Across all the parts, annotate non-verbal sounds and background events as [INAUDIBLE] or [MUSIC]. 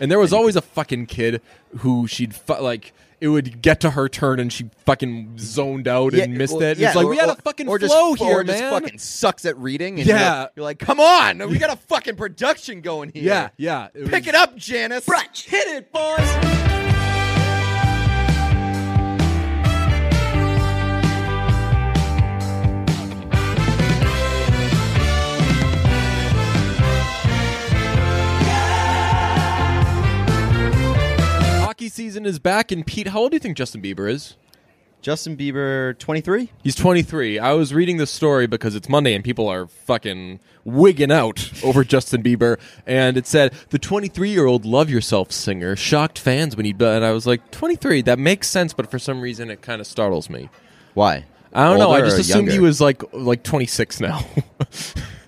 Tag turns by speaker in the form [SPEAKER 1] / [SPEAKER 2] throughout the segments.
[SPEAKER 1] And there was always a fucking kid who she'd fu- like. It would get to her turn and she fucking zoned out and
[SPEAKER 2] Yeah,
[SPEAKER 1] missed
[SPEAKER 2] well,
[SPEAKER 1] it.
[SPEAKER 2] yeah,
[SPEAKER 1] it's like
[SPEAKER 2] or-
[SPEAKER 1] we had
[SPEAKER 2] or-
[SPEAKER 1] a fucking
[SPEAKER 2] or just,
[SPEAKER 1] flow
[SPEAKER 2] or
[SPEAKER 1] here,
[SPEAKER 2] just
[SPEAKER 1] man.
[SPEAKER 2] fucking sucks at reading. And you're
[SPEAKER 1] Yeah.
[SPEAKER 2] like- you're like, come on, we got a fucking production going here.
[SPEAKER 1] yeah, yeah. It
[SPEAKER 2] pick
[SPEAKER 1] was-
[SPEAKER 2] it up, Janice.
[SPEAKER 3] Brunch.
[SPEAKER 2] hit it, boys.
[SPEAKER 1] Hockey season is back, and Pete, how old do you think Justin Bieber is?
[SPEAKER 2] Justin Bieber, 23.
[SPEAKER 1] He's 23. I was reading this story because it's Monday and people are fucking wigging out over Justin Bieber. And it said, the 23 year old Love Yourself singer shocked fans when he. And I was like, 23, that makes sense, but for some reason it kind of startles me.
[SPEAKER 2] Why?
[SPEAKER 1] I don't know. I
[SPEAKER 2] Older
[SPEAKER 1] just
[SPEAKER 2] or
[SPEAKER 1] assumed he
[SPEAKER 2] younger?
[SPEAKER 1] was like like 26 now. [LAUGHS]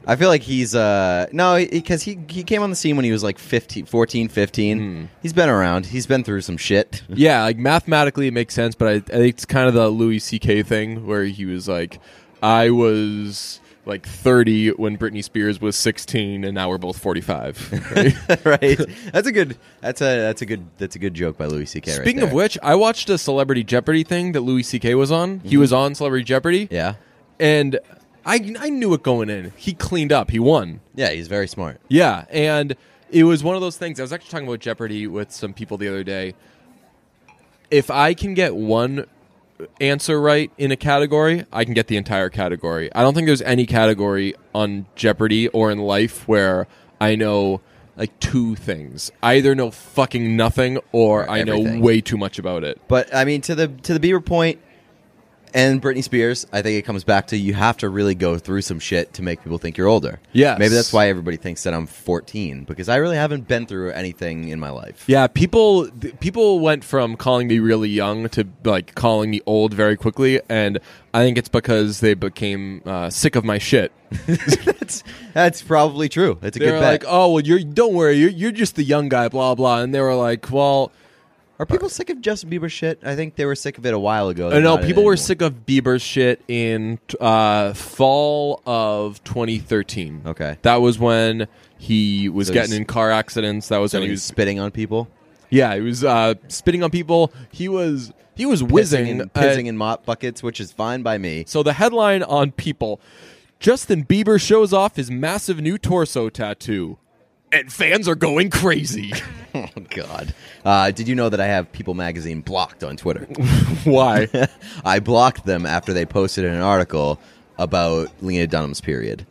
[SPEAKER 2] I feel like he's uh no because he he came on the scene when he was like 15, 14, 15. He's been around. He's been through some shit. [LAUGHS]
[SPEAKER 1] yeah, like mathematically it makes sense, but I, I think it's kind of the Louis C.K. thing where he was like, I was like 30 when Britney Spears was 16, and now we're both
[SPEAKER 2] [LAUGHS]
[SPEAKER 1] 45. right? [LAUGHS]
[SPEAKER 2] right. That's a good. That's a that's a good that's a good joke by Louis C.K. right
[SPEAKER 1] Speaking of
[SPEAKER 2] there.
[SPEAKER 1] which, I watched a Celebrity Jeopardy thing that Louis C.K. was on. He was on Celebrity Jeopardy,
[SPEAKER 2] Mm-hmm. yeah,
[SPEAKER 1] and I I knew it going in. He cleaned up. He won.
[SPEAKER 2] yeah, he's very smart.
[SPEAKER 1] Yeah, and it was one of those things. I was actually talking about Jeopardy with some people the other day. If I can get one answer right in a category, I can get the entire category. I don't think there's any category on Jeopardy or in life where I know like two things. I either know fucking nothing or
[SPEAKER 2] Or
[SPEAKER 1] I know
[SPEAKER 2] everything.
[SPEAKER 1] way too much about it.
[SPEAKER 2] But I mean, to the to the Bieber point and Britney Spears, I think it comes back to you have to really go through some shit to make people think you're older.
[SPEAKER 1] Yes.
[SPEAKER 2] maybe that's why everybody thinks that I'm 14 because I really haven't been through anything in
[SPEAKER 1] [LAUGHS]
[SPEAKER 2] my life.
[SPEAKER 1] Yeah, people th- people went from calling me really young to like calling me old very quickly, and I think it's because they became uh, sick of my shit.
[SPEAKER 2] that's that's probably true. That's a
[SPEAKER 1] They
[SPEAKER 2] good
[SPEAKER 1] were
[SPEAKER 2] bet.
[SPEAKER 1] like, "Oh well, you're don't worry, you're you're just the young guy, blah blah," and they were like, "Well,
[SPEAKER 2] Are people sick of Justin Bieber shit? I think they were sick of it a while ago.
[SPEAKER 1] uh,
[SPEAKER 2] They're
[SPEAKER 1] no,
[SPEAKER 2] not
[SPEAKER 1] people
[SPEAKER 2] anymore.
[SPEAKER 1] were sick of Bieber's shit in t- uh, fall of 2013.
[SPEAKER 2] Okay.
[SPEAKER 1] that was when he was
[SPEAKER 2] So
[SPEAKER 1] getting
[SPEAKER 2] he's-
[SPEAKER 1] in car accidents. That was
[SPEAKER 2] So
[SPEAKER 1] when
[SPEAKER 2] he
[SPEAKER 1] he
[SPEAKER 2] was
[SPEAKER 1] was
[SPEAKER 2] spitting on people,
[SPEAKER 1] yeah, he was uh, spitting on people. He was he was whizzing,
[SPEAKER 2] pissing, and,
[SPEAKER 1] uh,
[SPEAKER 2] pissing in mop buckets, which is fine by
[SPEAKER 1] [LAUGHS]
[SPEAKER 2] me.
[SPEAKER 1] So the headline on People Justin Bieber shows off his massive new torso tattoo, and fans are going crazy. [LAUGHS]
[SPEAKER 2] Oh God! Uh, did you know that I have People Magazine blocked on
[SPEAKER 1] [LAUGHS]
[SPEAKER 2] Twitter?
[SPEAKER 1] Why? [LAUGHS]
[SPEAKER 2] I blocked them after they posted an article about Lena Dunham's period.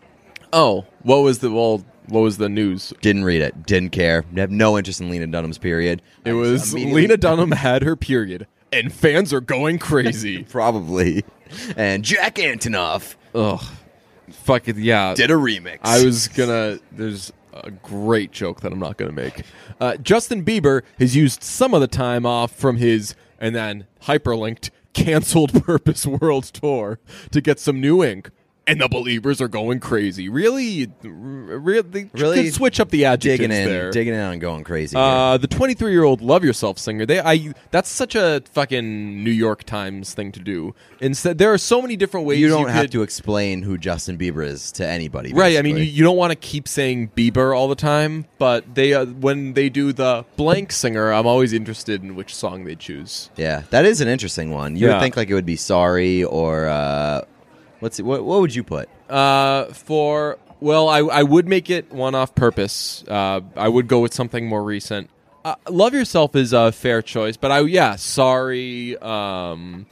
[SPEAKER 1] Oh, what was the well, what was the news?
[SPEAKER 2] Didn't read it. Didn't care. Have no interest in Lena Dunham's period. I
[SPEAKER 1] It
[SPEAKER 2] just
[SPEAKER 1] was
[SPEAKER 2] immediately-
[SPEAKER 1] Lena Dunham had her period, and fans are going crazy.
[SPEAKER 2] [LAUGHS] probably, and Jack Antonoff
[SPEAKER 1] [LAUGHS] Ugh, fuck it, yeah.
[SPEAKER 2] did a remix.
[SPEAKER 1] I was gonna. There's a great joke that I'm not gonna make. Uh, Justin Bieber has used some of the time off from his and then hyperlinked canceled [LAUGHS] Purpose World Tour to get some new ink. And the believers are going crazy. Really, really,
[SPEAKER 2] Really
[SPEAKER 1] could switch up the adjectives
[SPEAKER 2] digging in,
[SPEAKER 1] there.
[SPEAKER 2] digging in, and going crazy. here.
[SPEAKER 1] Uh, the 23 year old Love Yourself singer, they, I, that's such a fucking New York Times thing to do. Instead, there are so many different ways
[SPEAKER 2] you don't have
[SPEAKER 1] could-
[SPEAKER 2] to explain who Justin Bieber is to anybody.
[SPEAKER 1] Right. I mean, you,
[SPEAKER 2] basically.
[SPEAKER 1] you don't want to keep saying Bieber all the time, but they uh, when they do the blank singer, I'm always interested in which song they choose.
[SPEAKER 2] yeah, that is an interesting one. You
[SPEAKER 1] Yeah.
[SPEAKER 2] would think like it would be sorry or uh, let's see, what what would you put?
[SPEAKER 1] Uh, for well, I I would make it one off purpose. Uh, I would go with something more recent. Uh, Love yourself is a fair choice, but I yeah, sorry. Um,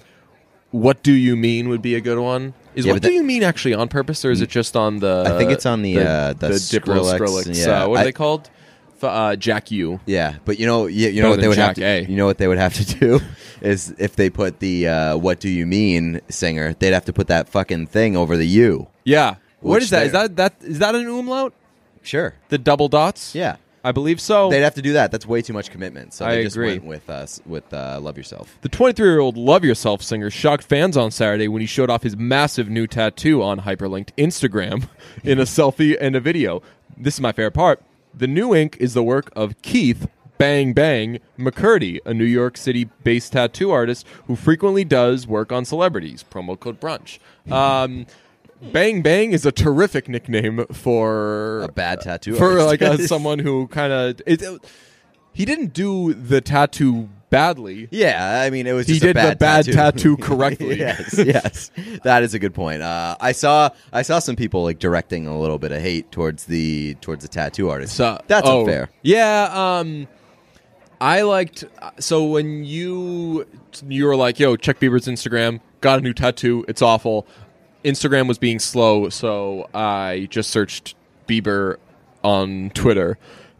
[SPEAKER 1] what do you mean would be a good one. Is
[SPEAKER 2] Yeah,
[SPEAKER 1] what
[SPEAKER 2] but
[SPEAKER 1] do
[SPEAKER 2] that-
[SPEAKER 1] you mean actually on purpose, or is it just on the?
[SPEAKER 2] I think it's on the, uh, the
[SPEAKER 1] Diplo
[SPEAKER 2] Skrillex,
[SPEAKER 1] Skrillex,
[SPEAKER 2] yeah.
[SPEAKER 1] uh, what are
[SPEAKER 2] I-
[SPEAKER 1] they called? F- uh, Jack U.
[SPEAKER 2] Yeah, but you know, you,
[SPEAKER 1] Better
[SPEAKER 2] you know what
[SPEAKER 1] than
[SPEAKER 2] they would have
[SPEAKER 1] Jack
[SPEAKER 2] to,
[SPEAKER 1] A.
[SPEAKER 2] you know what they would have to [LAUGHS] do is if they put the uh, "What Do You Mean" singer, they'd have to put that fucking thing over the "you."
[SPEAKER 1] Yeah. what
[SPEAKER 2] Which
[SPEAKER 1] is that? Is
[SPEAKER 2] there-
[SPEAKER 1] that that is that an umlaut?
[SPEAKER 2] Sure,
[SPEAKER 1] The double dots?
[SPEAKER 2] yeah,
[SPEAKER 1] I believe so.
[SPEAKER 2] they'd have to do that. That's way too much commitment. So
[SPEAKER 1] I
[SPEAKER 2] they just
[SPEAKER 1] agree.
[SPEAKER 2] went with us with uh, "Love Yourself."
[SPEAKER 1] the 23-year-old Love Yourself singer shocked fans on Saturday when he showed off his massive new tattoo on hyperlinked Instagram [LAUGHS] in a selfie and a video. This is my favorite part. The new ink is the work of Keith Bang Bang McCurdy, a New York City-based tattoo artist who frequently does work on celebrities. Promo code brunch. Um, Bang Bang is a terrific nickname for
[SPEAKER 2] A bad tattoo
[SPEAKER 1] Uh, for
[SPEAKER 2] artist. [LAUGHS]
[SPEAKER 1] like a, someone who kind of it, it- He didn't do the tattoo badly.
[SPEAKER 2] Yeah, I mean, it was.
[SPEAKER 1] He
[SPEAKER 2] just
[SPEAKER 1] did
[SPEAKER 2] a bad
[SPEAKER 1] the bad
[SPEAKER 2] tattoo, [LAUGHS]
[SPEAKER 1] tattoo correctly.
[SPEAKER 2] yes, yes, that is a good point. Uh, I saw, I saw some people like directing a little bit of hate towards the towards the tattoo artist.
[SPEAKER 1] So
[SPEAKER 2] That's
[SPEAKER 1] oh,
[SPEAKER 2] unfair.
[SPEAKER 1] Yeah. Um, I liked. So when you you were like, "Yo, check Bieber's Instagram. Got a new tattoo. It's awful." Instagram was being slow, so I just searched Bieber on Twitter,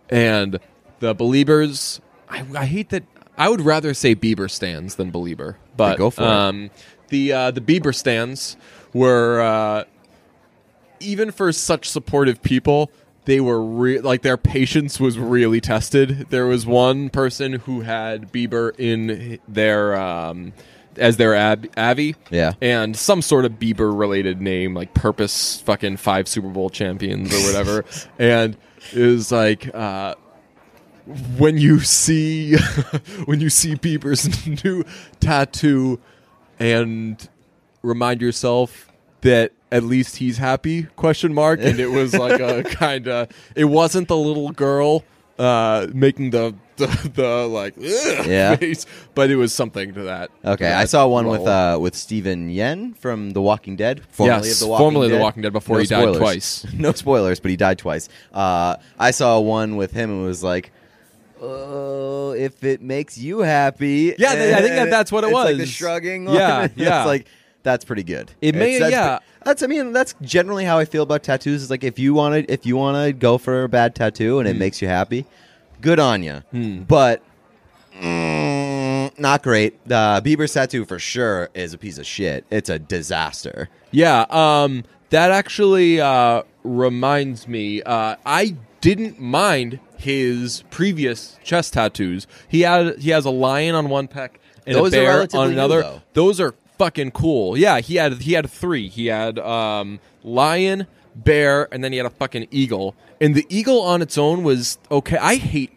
[SPEAKER 1] and the Beliebers. I, I hate that. I would rather say Bieber stands than Belieber, but
[SPEAKER 2] go for it.
[SPEAKER 1] um, the uh, the Bieber stands were. Uh, even for such supportive people, they were re- like their patience was really tested. There was one person who had Bieber in their um, as their ab- Abby,
[SPEAKER 2] Yeah.
[SPEAKER 1] and some sort of Bieber related name, like Purpose, fucking five Super Bowl champions or whatever, and it was like. Uh, when you see [LAUGHS] when you see Bieber's [LAUGHS] new tattoo and remind yourself that at least he's happy question mark and it was like
[SPEAKER 2] [LAUGHS]
[SPEAKER 1] a kind of it wasn't the little girl uh making the [LAUGHS] the, the like "Ugh"
[SPEAKER 2] Yeah.
[SPEAKER 1] face but it was something to that
[SPEAKER 2] Okay,
[SPEAKER 1] to
[SPEAKER 2] I
[SPEAKER 1] that
[SPEAKER 2] saw one with
[SPEAKER 1] role.
[SPEAKER 2] uh, with Stephen Yen from The Walking Dead, formerly
[SPEAKER 1] Yes,
[SPEAKER 2] of The Walking
[SPEAKER 1] formerly of
[SPEAKER 2] Dead.
[SPEAKER 1] The Walking Dead before he died twice.
[SPEAKER 2] [LAUGHS] no spoilers, but he died twice. Uh, I saw one with him and was like, "Oh, if it makes you happy."
[SPEAKER 1] Yeah, th- I think that- that's what it
[SPEAKER 2] It's like the
[SPEAKER 1] was.
[SPEAKER 2] shrugging.
[SPEAKER 1] Yeah,
[SPEAKER 2] one. [LAUGHS] It's
[SPEAKER 1] yeah.
[SPEAKER 2] like that's pretty good.
[SPEAKER 1] It may-
[SPEAKER 2] It's- that's
[SPEAKER 1] yeah.
[SPEAKER 2] pre- that's I mean that's generally how I feel about tattoos. Is like if you want to if you want to go for a bad tattoo
[SPEAKER 1] Hmm.
[SPEAKER 2] and it makes you happy, good on you. But Mm, not great. Uh, Bieber's tattoo for sure is a piece of shit. It's a disaster.
[SPEAKER 1] Yeah, um, that actually uh, reminds me. Uh, I didn't mind his previous chest tattoos. He had he has a lion on one pec and
[SPEAKER 2] Those
[SPEAKER 1] a
[SPEAKER 2] are
[SPEAKER 1] bear
[SPEAKER 2] relatively
[SPEAKER 1] on
[SPEAKER 2] new,
[SPEAKER 1] another.
[SPEAKER 2] though.
[SPEAKER 1] Those are fucking cool. Yeah, he had he had three. He had um, lion, bear, and then he had a fucking eagle. And the eagle on its own was okay. I hate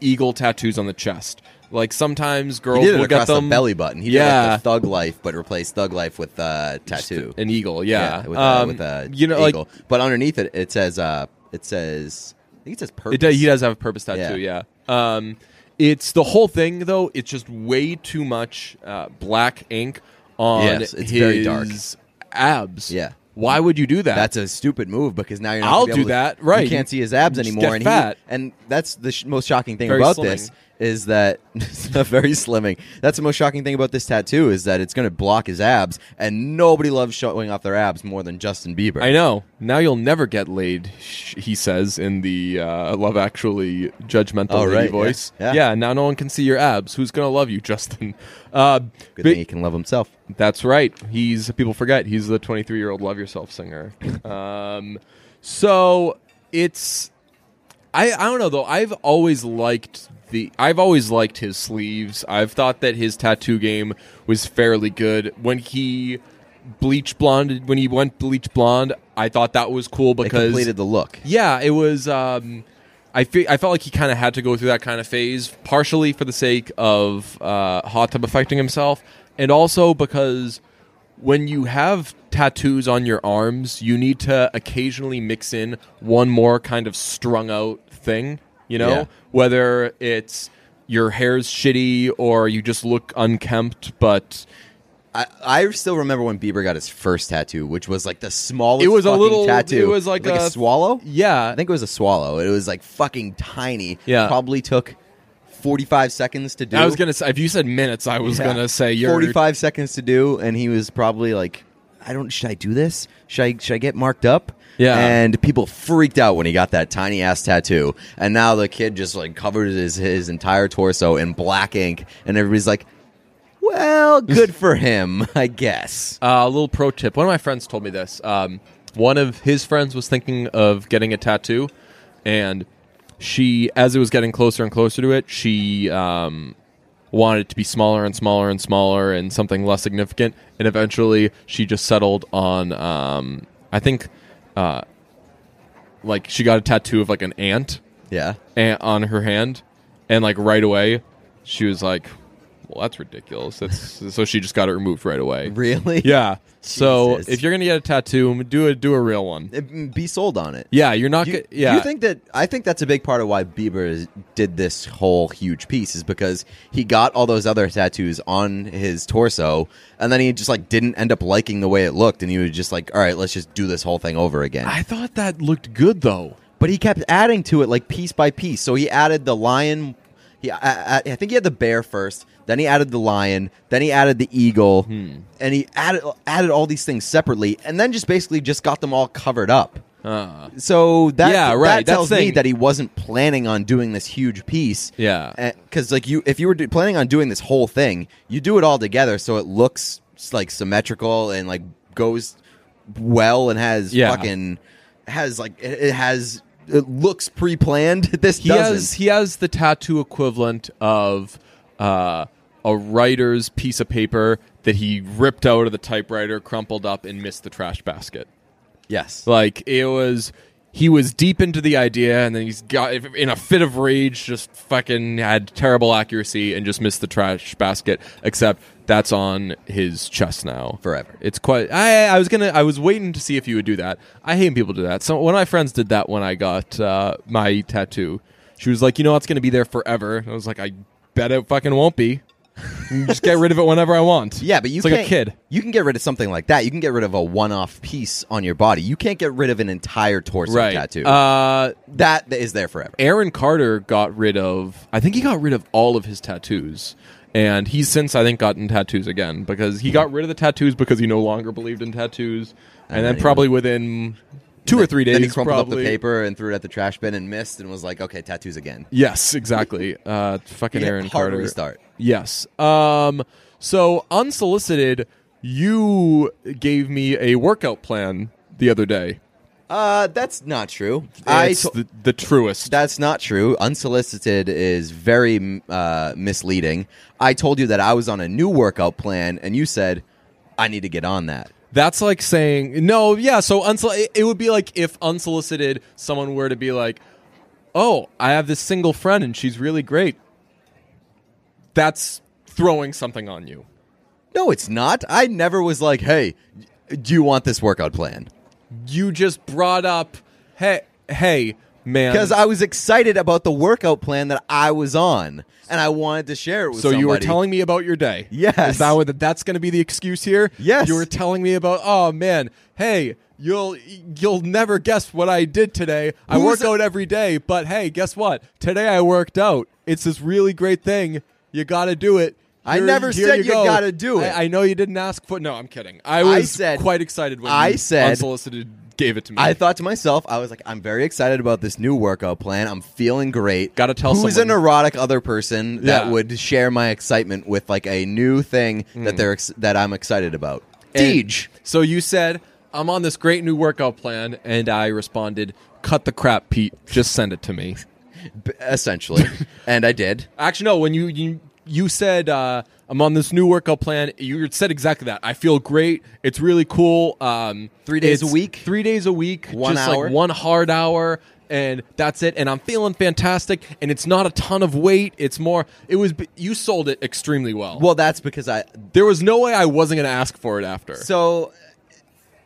[SPEAKER 1] eagle tattoos on the chest. Like sometimes
[SPEAKER 2] He
[SPEAKER 1] girls
[SPEAKER 2] did it
[SPEAKER 1] will get
[SPEAKER 2] across
[SPEAKER 1] them
[SPEAKER 2] the belly button. He did
[SPEAKER 1] Yeah.
[SPEAKER 2] like the thug life, but replaced thug life with uh, tattoo.
[SPEAKER 1] an eagle. Yeah,
[SPEAKER 2] with,
[SPEAKER 1] Um,
[SPEAKER 2] a, with a
[SPEAKER 1] you know like
[SPEAKER 2] eagle. but underneath it, it says uh, it says I think it says purpose.
[SPEAKER 1] It does, he does have a purpose tattoo, yeah. Um, it's the whole thing though. It's just way too much uh, black ink on
[SPEAKER 2] Yes, it's
[SPEAKER 1] his
[SPEAKER 2] very dark.
[SPEAKER 1] abs.
[SPEAKER 2] Yeah.
[SPEAKER 1] Why would you do that?
[SPEAKER 2] That's a stupid move because now you're. Not
[SPEAKER 1] I'll
[SPEAKER 2] gonna be able
[SPEAKER 1] do
[SPEAKER 2] to-
[SPEAKER 1] that, right.
[SPEAKER 2] You can't see his abs
[SPEAKER 1] Just
[SPEAKER 2] anymore,
[SPEAKER 1] get
[SPEAKER 2] and
[SPEAKER 1] fat.
[SPEAKER 2] he and that's the sh- most shocking thing
[SPEAKER 1] Very
[SPEAKER 2] about
[SPEAKER 1] slimming.
[SPEAKER 2] this is that [LAUGHS] very slimming. That's the most shocking thing about this tattoo is that it's going to block his abs, and nobody loves showing off their abs more than Justin Bieber.
[SPEAKER 1] I know. Now you'll never get laid, sh- he says in the uh, Love Actually judgmental
[SPEAKER 2] Oh,
[SPEAKER 1] lady
[SPEAKER 2] right, yeah,
[SPEAKER 1] voice.
[SPEAKER 2] yeah.
[SPEAKER 1] Now no one can see your abs. Who's gonna love you, Justin? Uh,
[SPEAKER 2] Good
[SPEAKER 1] but-
[SPEAKER 2] thing he can love himself.
[SPEAKER 1] That's right. He's people forget he's the 23 year old Love Yourself singer. um, so it's I I don't know though. I've always liked the I've always liked his sleeves. I've thought that his tattoo game was fairly good when he bleach blonde when he went bleach blonde. I thought that was cool
[SPEAKER 2] It
[SPEAKER 1] because
[SPEAKER 2] completed the look.
[SPEAKER 1] yeah, it was. Um, I fe- I felt like he kind of had to go through that kind of phase, partially for the sake of uh, Hot Tub affecting himself, and also because when you have tattoos on your arms, you need to occasionally mix in one more kind of strung out thing. You know,
[SPEAKER 2] Yeah.
[SPEAKER 1] whether it's your hair's shitty or you just look unkempt, but
[SPEAKER 2] I, I still remember when Bieber got his first tattoo, which was like the smallest.
[SPEAKER 1] It was a
[SPEAKER 2] fucking
[SPEAKER 1] little-
[SPEAKER 2] tattoo.
[SPEAKER 1] it was like
[SPEAKER 2] a,
[SPEAKER 1] a-
[SPEAKER 2] swallow.
[SPEAKER 1] yeah,
[SPEAKER 2] I think it was a swallow. It was like fucking tiny.
[SPEAKER 1] Yeah.
[SPEAKER 2] probably took forty-five seconds to do.
[SPEAKER 1] I was gonna say if you said minutes, I was
[SPEAKER 2] Yeah.
[SPEAKER 1] gonna say you're
[SPEAKER 2] 45 seconds to do and he was probably like i don't should i do this should i should i get marked up
[SPEAKER 1] Yeah.
[SPEAKER 2] and people freaked out when he got that tiny ass tattoo and now the kid just like covered his his entire torso in black ink and everybody's like
[SPEAKER 1] [LAUGHS]
[SPEAKER 2] well good for him i guess
[SPEAKER 1] Uh, a little pro tip. One of my friends told me this. Um, one of his friends was thinking of getting a tattoo, and she, as it was getting closer and closer to it, she um, wanted it to be smaller and smaller and smaller and something less significant. And eventually, she just settled on, um, I think, uh, like she got a tattoo of like an ant
[SPEAKER 2] yeah
[SPEAKER 1] a- on her hand, and like right away, she was like, Well, that's ridiculous. That's so she just got it removed right away.
[SPEAKER 2] Really?
[SPEAKER 1] Yeah. So
[SPEAKER 2] Jesus.
[SPEAKER 1] if you're gonna get a tattoo, do a do a real one.
[SPEAKER 2] It- Be sold on it.
[SPEAKER 1] Yeah, you're not.
[SPEAKER 2] Do
[SPEAKER 1] gonna
[SPEAKER 2] you,
[SPEAKER 1] yeah.
[SPEAKER 2] do you think that I think that's a big part of why Bieber is, did this whole huge piece is because he got all those other tattoos on his torso, and then he just like didn't end up liking the way it looked, and he was just like, "All right, let's just do this whole thing over again."
[SPEAKER 1] I thought that looked good though.
[SPEAKER 2] but he kept adding to it like piece by piece. So he added the lion. He, I, I I think he had the bear first. Then he added the lion. Then he added the eagle,
[SPEAKER 1] Hmm.
[SPEAKER 2] and he added added all these things separately, and then just basically just got them all covered up.
[SPEAKER 1] Uh,
[SPEAKER 2] So that
[SPEAKER 1] Yeah, right,
[SPEAKER 2] that tells
[SPEAKER 1] that's the
[SPEAKER 2] me
[SPEAKER 1] thing.
[SPEAKER 2] that he wasn't planning on doing this huge piece.
[SPEAKER 1] Yeah.
[SPEAKER 2] because Eh, like you, if you were do- planning on doing this whole thing, you do it all together so it looks s- like symmetrical and like goes well and has
[SPEAKER 1] Yeah.
[SPEAKER 2] fucking has like it, it has it looks pre-planned. [LAUGHS] This
[SPEAKER 1] he
[SPEAKER 2] doesn't.
[SPEAKER 1] has he has the tattoo equivalent of uh, a writer's piece of paper that he ripped out of the typewriter, crumpled up, and missed the trash basket.
[SPEAKER 2] yes,
[SPEAKER 1] Like it was, he was deep into the idea, and then he's got in a fit of rage, just fucking had terrible accuracy and just missed the trash basket. Except that's on his chest now
[SPEAKER 2] Forever.
[SPEAKER 1] It's quite. I I was gonna. I was waiting to see if you would do that. I hate when people do that. So one of my friends did that when I got uh, my tattoo. She was like, you know, it's gonna be there forever. And I was like, I bet it fucking won't be. just get rid of it whenever I want.
[SPEAKER 2] yeah, but you
[SPEAKER 1] it's like a
[SPEAKER 2] can't-
[SPEAKER 1] kid.
[SPEAKER 2] You can get rid of something like that. You can get rid of a one-off piece on your body. You can't get rid of an entire torso
[SPEAKER 1] Right.
[SPEAKER 2] tattoo.
[SPEAKER 1] Uh,
[SPEAKER 2] that that is there forever.
[SPEAKER 1] Aaron Carter got rid of I think he got rid of all of his tattoos. And he's since I think gotten tattoos again because he got rid of the tattoos because he no longer believed in tattoos. And then
[SPEAKER 2] Alrighty.
[SPEAKER 1] probably within two or three days,
[SPEAKER 2] Then he crumpled
[SPEAKER 1] probably,
[SPEAKER 2] up the paper and threw it at the trash bin and missed and was like, "Okay, tattoos again."
[SPEAKER 1] Yes,
[SPEAKER 2] [LAUGHS]
[SPEAKER 1] exactly. Uh, fucking
[SPEAKER 2] Yeah,
[SPEAKER 1] Aaron
[SPEAKER 2] hard
[SPEAKER 1] Carter.
[SPEAKER 2] restart.
[SPEAKER 1] Yes. Um. So unsolicited, you gave me a workout plan the other day.
[SPEAKER 2] Uh, that's not true. I
[SPEAKER 1] It's
[SPEAKER 2] to-
[SPEAKER 1] the, the truest.
[SPEAKER 2] that's not true. Unsolicited is very m- uh, misleading. I told you that I was on a new workout plan, and you said I need to get on that.
[SPEAKER 1] That's like saying no, yeah. So unsol- it- it would be like if unsolicited someone were to be like, "Oh, I have this single friend and she's really great." That's throwing something on you.
[SPEAKER 2] No, it's not. I never was like, "Hey, do you want this workout plan?"
[SPEAKER 1] You just brought up, "Hey, hey, man."
[SPEAKER 2] Because I was excited about the workout plan that I was on, and I wanted to share it with.
[SPEAKER 1] so you were
[SPEAKER 2] somebody.
[SPEAKER 1] telling me about your day.
[SPEAKER 2] Yes.
[SPEAKER 1] Is that what that's going to be the excuse here?
[SPEAKER 2] Yes.
[SPEAKER 1] You were telling me about, "Oh man, hey, you'll you'll never guess what I did today. I
[SPEAKER 2] Who's
[SPEAKER 1] work
[SPEAKER 2] a-
[SPEAKER 1] out every day, but hey, guess what? Today I worked out. It's this really great thing. You got to do it."
[SPEAKER 2] I never said you
[SPEAKER 1] go.
[SPEAKER 2] gotta do it.
[SPEAKER 1] I, I know you didn't ask for. No, I'm kidding. I was
[SPEAKER 2] said-
[SPEAKER 1] quite excited when
[SPEAKER 2] I
[SPEAKER 1] you
[SPEAKER 2] said-
[SPEAKER 1] unsolicited gave it to me.
[SPEAKER 2] I thought to myself, I was like, I'm very excited about this new workout plan. I'm feeling great.
[SPEAKER 1] Gotta tell
[SPEAKER 2] who's
[SPEAKER 1] someone.
[SPEAKER 2] an erotic other person
[SPEAKER 1] Yeah.
[SPEAKER 2] that would share my excitement with like a new thing that they're ex- that I'm excited about.
[SPEAKER 1] Mm. And- [LAUGHS]
[SPEAKER 2] Deej.
[SPEAKER 1] So you said, I'm on this great new workout plan. And I responded, cut the crap, Pete. Just send it to me.
[SPEAKER 2] b- essentially, and I did.
[SPEAKER 1] Actually, no, when you, you, you said, uh, I'm on this new workout plan, you said exactly that. I feel great. It's really cool. Um,
[SPEAKER 2] Three days a
[SPEAKER 1] it's
[SPEAKER 2] week?
[SPEAKER 1] Three days a week.
[SPEAKER 2] One
[SPEAKER 1] just
[SPEAKER 2] hour?
[SPEAKER 1] Like one hard hour. And that's it. And I'm feeling fantastic. And it's not a ton of weight. It's more, it was, you sold it extremely well.
[SPEAKER 2] Well, that's because I.
[SPEAKER 1] there was no way I wasn't going to ask for it after.
[SPEAKER 2] So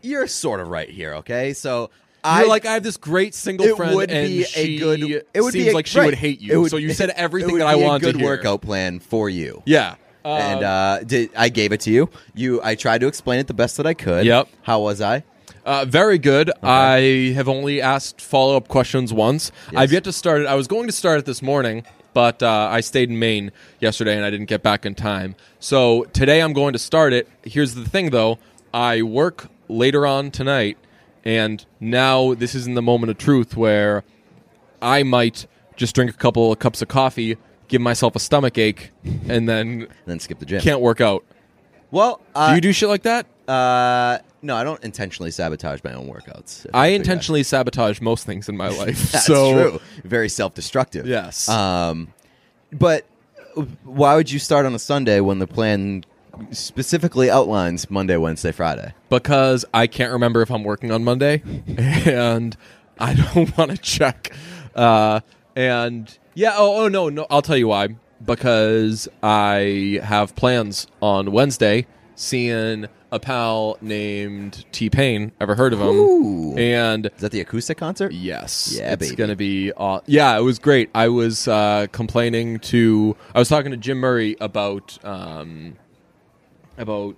[SPEAKER 2] you're sort of right here. Okay, so
[SPEAKER 1] You're
[SPEAKER 2] I
[SPEAKER 1] like I have this great single
[SPEAKER 2] it
[SPEAKER 1] friend,
[SPEAKER 2] would
[SPEAKER 1] and
[SPEAKER 2] be
[SPEAKER 1] she
[SPEAKER 2] a good. It would
[SPEAKER 1] seems
[SPEAKER 2] be a,
[SPEAKER 1] like she
[SPEAKER 2] right.
[SPEAKER 1] would hate
[SPEAKER 2] It
[SPEAKER 1] you.
[SPEAKER 2] would-
[SPEAKER 1] so you said
[SPEAKER 2] [LAUGHS] it
[SPEAKER 1] everything
[SPEAKER 2] would
[SPEAKER 1] that I
[SPEAKER 2] be a
[SPEAKER 1] wanted
[SPEAKER 2] Good
[SPEAKER 1] to hear.
[SPEAKER 2] workout plan for you.
[SPEAKER 1] Yeah, uh,
[SPEAKER 2] and uh, did, I gave it to you. You, I tried to explain it the best that I could.
[SPEAKER 1] Yep.
[SPEAKER 2] How was I?
[SPEAKER 1] uh, very good. I have only asked follow up questions once. I've yet to start it. I was going to start it this morning, but uh, I stayed in Maine yesterday and I didn't get back in time. So today I'm going to start it. Here's the thing, though. I work later on tonight, and now this isn't the moment of truth where I might just drink a couple of cups of coffee, give myself a stomach ache, and then
[SPEAKER 2] And then skip the gym.
[SPEAKER 1] can't work out.
[SPEAKER 2] Well,
[SPEAKER 1] Do
[SPEAKER 2] uh,
[SPEAKER 1] you do shit like that?
[SPEAKER 2] uh, no, I don't intentionally sabotage my own workouts. If
[SPEAKER 1] I
[SPEAKER 2] you figure
[SPEAKER 1] intentionally sabotage most things in my life.
[SPEAKER 2] that- [LAUGHS] That's
[SPEAKER 1] so
[SPEAKER 2] true. Very self-destructive.
[SPEAKER 1] Yes.
[SPEAKER 2] Um, but why would you start on a Sunday when the plan specifically outlines Monday, Wednesday, Friday?
[SPEAKER 1] because I can't remember if I'm working on Monday, [LAUGHS] and I don't want to check. Uh, and yeah, oh, oh no, no, I'll tell you why. because I have plans on Wednesday seeing a pal named T Pain. Ever heard of him?
[SPEAKER 2] Ooh.
[SPEAKER 1] And
[SPEAKER 2] Is that the acoustic concert?
[SPEAKER 1] Yes.
[SPEAKER 2] Yeah,
[SPEAKER 1] it's
[SPEAKER 2] baby.
[SPEAKER 1] going to be. Aw- yeah, it was great. I was uh, complaining to. I was talking to Jim Murray about um, about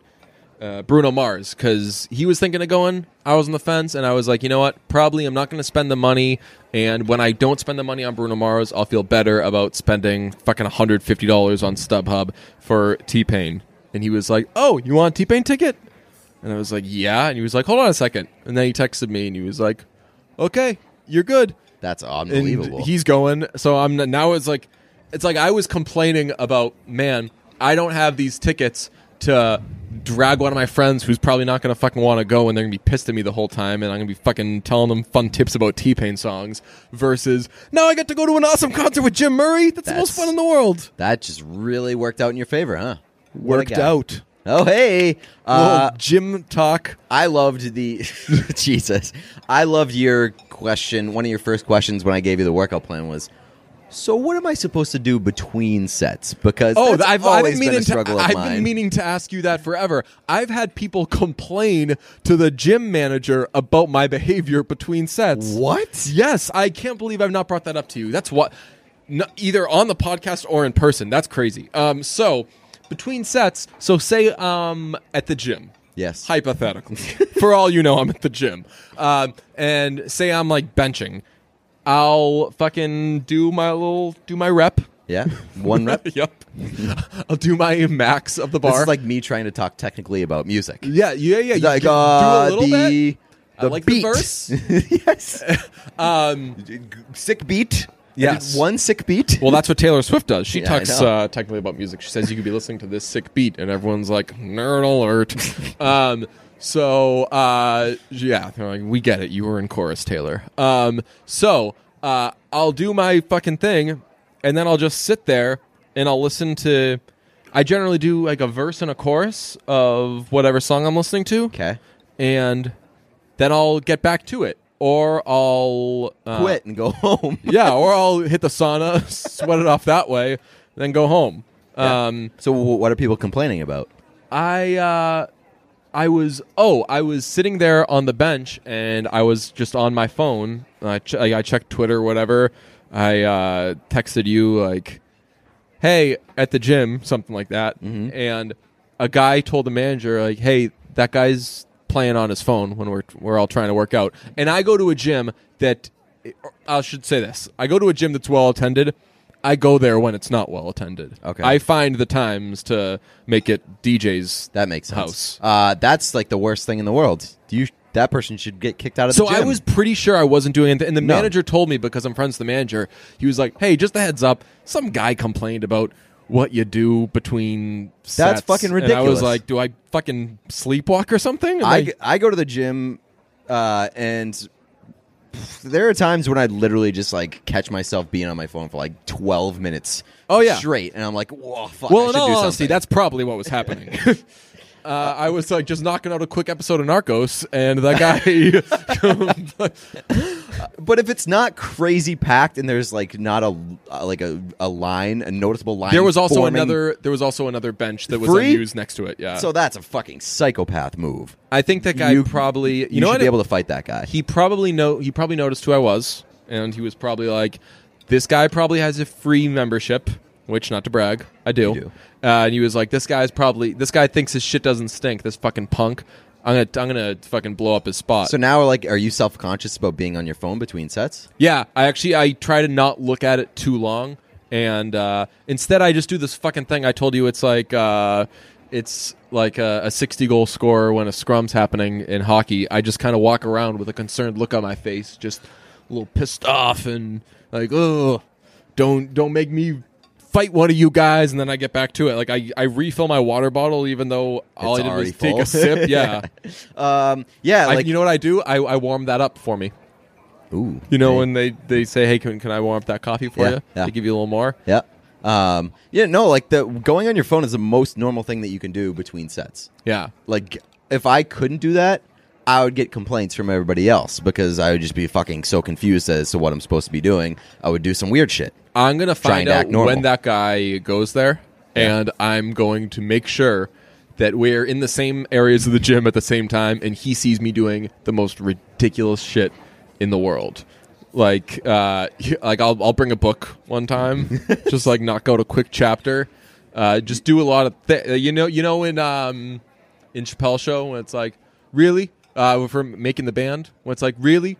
[SPEAKER 1] uh, Bruno Mars because he was thinking of going. I was on the fence, and I was like, you know what? Probably I'm not going to spend the money. And when I don't spend the money on Bruno Mars, I'll feel better about spending fucking 150 dollars on StubHub for T Pain. And he was like, oh, you want a T Pain ticket? And I was like, yeah. And he was like, hold on a second. And then he texted me, and he was like, okay, you're good.
[SPEAKER 2] That's
[SPEAKER 1] And
[SPEAKER 2] unbelievable.
[SPEAKER 1] he's going. So I'm now it's like it's like I was complaining about man, I don't have these tickets to drag one of my friends who's probably not going to fucking want to go and they're going to be pissed at me the whole time and I'm going to be fucking telling them fun tips about T-Pain songs versus now I get to go to an awesome concert with Jim Murray. That's, the most
[SPEAKER 2] That's-
[SPEAKER 1] fun in the world.
[SPEAKER 2] that just really worked out in your favor, huh? What a
[SPEAKER 1] Worked
[SPEAKER 2] guy.
[SPEAKER 1] out.
[SPEAKER 2] Oh hey, uh,
[SPEAKER 1] Little Jim talk.
[SPEAKER 2] I loved the [LAUGHS] Jesus. I loved your question. One of your first questions when I gave you the workout plan was, "So what am I supposed to do between sets?" Because
[SPEAKER 1] Oh,
[SPEAKER 2] that's
[SPEAKER 1] I've, I've
[SPEAKER 2] always
[SPEAKER 1] been
[SPEAKER 2] been
[SPEAKER 1] meaning
[SPEAKER 2] a struggle
[SPEAKER 1] to,
[SPEAKER 2] of
[SPEAKER 1] I've
[SPEAKER 2] mine.
[SPEAKER 1] been meaning to ask you that forever. I've had people [LAUGHS] complain to the gym manager about my behavior between sets.
[SPEAKER 2] what?
[SPEAKER 1] Yes, I can't believe I've not brought that up to you. That's what, no, either on the podcast or in person. That's crazy. Um, so between sets, so say um at the gym.
[SPEAKER 2] Yes.
[SPEAKER 1] Hypothetically, [LAUGHS] for all you know, I'm at the gym, um, and say I'm like benching. I'll fucking do my little do my rep.
[SPEAKER 2] Yeah, one rep.
[SPEAKER 1] yep. I'll do my max of the [LAUGHS] bar.
[SPEAKER 2] This is like me trying to talk technically about music.
[SPEAKER 1] yeah, yeah, yeah. You
[SPEAKER 2] Like
[SPEAKER 1] do a
[SPEAKER 2] uh,
[SPEAKER 1] little bit.
[SPEAKER 2] the
[SPEAKER 1] I
[SPEAKER 2] the
[SPEAKER 1] like the
[SPEAKER 2] beat.
[SPEAKER 1] verse.
[SPEAKER 2] [LAUGHS] yes.
[SPEAKER 1] Um,
[SPEAKER 2] sick beat.
[SPEAKER 1] [LAUGHS] Yes.
[SPEAKER 2] One sick beat.
[SPEAKER 1] Well, that's what Taylor Swift does. She
[SPEAKER 2] Yeah, I
[SPEAKER 1] talks
[SPEAKER 2] know.
[SPEAKER 1] uh, technically about music. She says you could be listening to this sick beat, and everyone's like, "Nerd
[SPEAKER 2] [LAUGHS]
[SPEAKER 1] alert!" um, so uh, yeah, they're like, "We get it. You were in chorus, Taylor." Um, so uh, I'll do my fucking thing, and then I'll just sit there and I'll listen to. I generally do like a verse and a chorus of whatever song I'm listening to,
[SPEAKER 2] okay.
[SPEAKER 1] and then I'll get back to it, or I'll uh,
[SPEAKER 2] Quit and go [LAUGHS] home.
[SPEAKER 1] yeah, or I'll hit the sauna, [LAUGHS] sweat it off that way, then go home.
[SPEAKER 2] Yeah.
[SPEAKER 1] Um,
[SPEAKER 2] so w- what are people complaining about?
[SPEAKER 1] I uh, I was oh I was sitting there on the bench and I was just on my phone. I ch- I I checked Twitter, or whatever. I uh, texted you like, "Hey, at the gym," something like that. And a guy told the manager like, "Hey, that guy's playing on his phone when we're we're all trying to work out." And I go to a gym that I should say this: I go to a gym that's well attended. I go there when it's not well attended.
[SPEAKER 2] Okay.
[SPEAKER 1] I find the times to make it DJ's
[SPEAKER 2] That makes sense.
[SPEAKER 1] House.
[SPEAKER 2] Uh, that's like the worst thing in the world. Do you? That person should get kicked out of
[SPEAKER 1] So
[SPEAKER 2] the gym.
[SPEAKER 1] I was pretty sure I wasn't doing it. And the
[SPEAKER 2] No.
[SPEAKER 1] manager told me because I'm friends with the manager, he was like, hey, just a heads up. Some guy complained about what you do between sets.
[SPEAKER 2] fucking
[SPEAKER 1] And I was
[SPEAKER 2] ridiculous.
[SPEAKER 1] like, do I fucking sleepwalk or something? And
[SPEAKER 2] I,
[SPEAKER 1] they-
[SPEAKER 2] I go to the gym, uh, and there are times when I literally just like catch myself being on my phone for like twelve minutes.
[SPEAKER 1] Oh, yeah.
[SPEAKER 2] straight, and I'm like, whoa, fuck. I
[SPEAKER 1] well, in
[SPEAKER 2] should
[SPEAKER 1] all
[SPEAKER 2] do
[SPEAKER 1] honesty,
[SPEAKER 2] something."
[SPEAKER 1] that's probably what was happening.
[SPEAKER 2] [LAUGHS]
[SPEAKER 1] Uh, I was like just knocking out a quick episode of Narcos, and that
[SPEAKER 2] [LAUGHS]
[SPEAKER 1] guy. [LAUGHS]
[SPEAKER 2] But if it's not crazy packed and there's like not a uh, like a, a line, a noticeable line.
[SPEAKER 1] there was also
[SPEAKER 2] forming-
[SPEAKER 1] another. There was also another bench that was
[SPEAKER 2] Free?
[SPEAKER 1] unused next to it. Yeah.
[SPEAKER 2] So that's a fucking psychopath move.
[SPEAKER 1] I think that guy
[SPEAKER 2] You-
[SPEAKER 1] probably. You,
[SPEAKER 2] You,
[SPEAKER 1] know
[SPEAKER 2] should
[SPEAKER 1] what?
[SPEAKER 2] be able to fight that guy.
[SPEAKER 1] he probably know he probably noticed who I was, and he was probably like, "This guy probably has a free membership," which not to brag, I do.
[SPEAKER 2] You do.
[SPEAKER 1] Uh, and he was like, "This guy's probably this guy thinks his shit doesn't stink. This fucking punk. I'm gonna I'm gonna fucking blow up his spot."
[SPEAKER 2] so now, like, are you self conscious about being on your phone between sets?
[SPEAKER 1] yeah, I actually I try to not look at it too long, and uh, instead I just do this fucking thing I told you. It's like. Uh, it's like a, a 60 goal scorer when a scrum's happening in hockey. I just kind of walk around with a concerned look on my face, just a little pissed off and like, oh, don't don't make me fight one of you guys. And then I get back to it. Like I, I refill my water bottle even though all
[SPEAKER 2] It's
[SPEAKER 1] I did
[SPEAKER 2] already
[SPEAKER 1] was take
[SPEAKER 2] full.
[SPEAKER 1] a
[SPEAKER 2] [LAUGHS]
[SPEAKER 1] sip. Yeah,
[SPEAKER 2] Um, yeah,
[SPEAKER 1] I,
[SPEAKER 2] like
[SPEAKER 1] you know what I do? I, I warm that up for me.
[SPEAKER 2] Ooh.
[SPEAKER 1] You know when they, they say, "Hey, can, can I warm up that coffee for
[SPEAKER 2] Yeah,
[SPEAKER 1] you?"
[SPEAKER 2] yeah.
[SPEAKER 1] They give you a little more.
[SPEAKER 2] Yeah. Um, yeah, no, like the going on your phone is the most normal thing that you can do between sets.
[SPEAKER 1] Yeah,
[SPEAKER 2] Like if I couldn't do that, I would get complaints from everybody else because I would just be fucking so confused as to what I'm supposed to be doing. I would do some weird shit.
[SPEAKER 1] I'm gonna
[SPEAKER 2] Trying
[SPEAKER 1] find
[SPEAKER 2] to
[SPEAKER 1] out
[SPEAKER 2] act normal.
[SPEAKER 1] when that guy goes there, and I'm going to make sure that we're in the same areas of the gym at the same time, and he sees me doing the most ridiculous shit in the world. Like, uh, [LAUGHS] he- like I'll I'll bring a book one
[SPEAKER 2] [LAUGHS]
[SPEAKER 1] time, just like knock out a quick chapter, uh, just do a lot of thi- uh, you know you know in um in Chappelle show when it's like really uh for making the band when it's like really